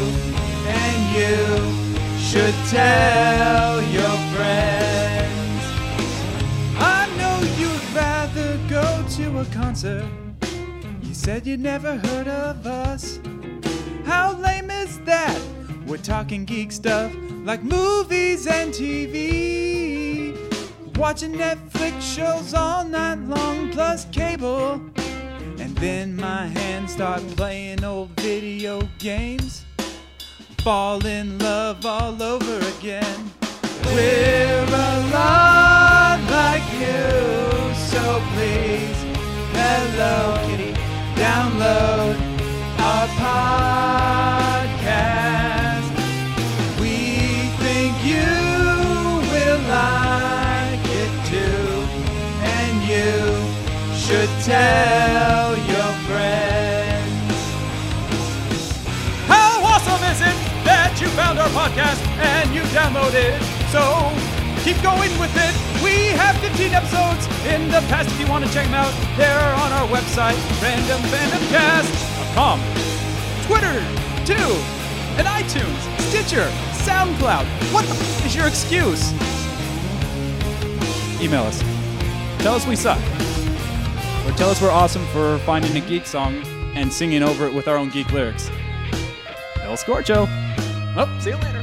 [SPEAKER 1] and you should tell your friends. I know you'd rather go to a concert. You said you never heard of us. How lame is that? We're talking geek stuff like movies and TV. Watching Netflix shows all night long plus cable. And then my hands start playing old video games. Fall in love all over again. We're a lot like you, so please, hello, kitty, download our podcast. We think you will like it too, and you should tell your friends. How awesome is it that you found our podcast and you downloaded it? So keep going with it. We have 15 episodes in the past. If you want to check them out, they're on our website, randomfandomcast.com. Twitter, too, and iTunes, Stitcher, SoundCloud. What the f- is your excuse? Email us. Tell us we suck. Or tell us we're awesome for finding a geek song and singing over it with our own geek lyrics. El Scorcho. Oh, see you later.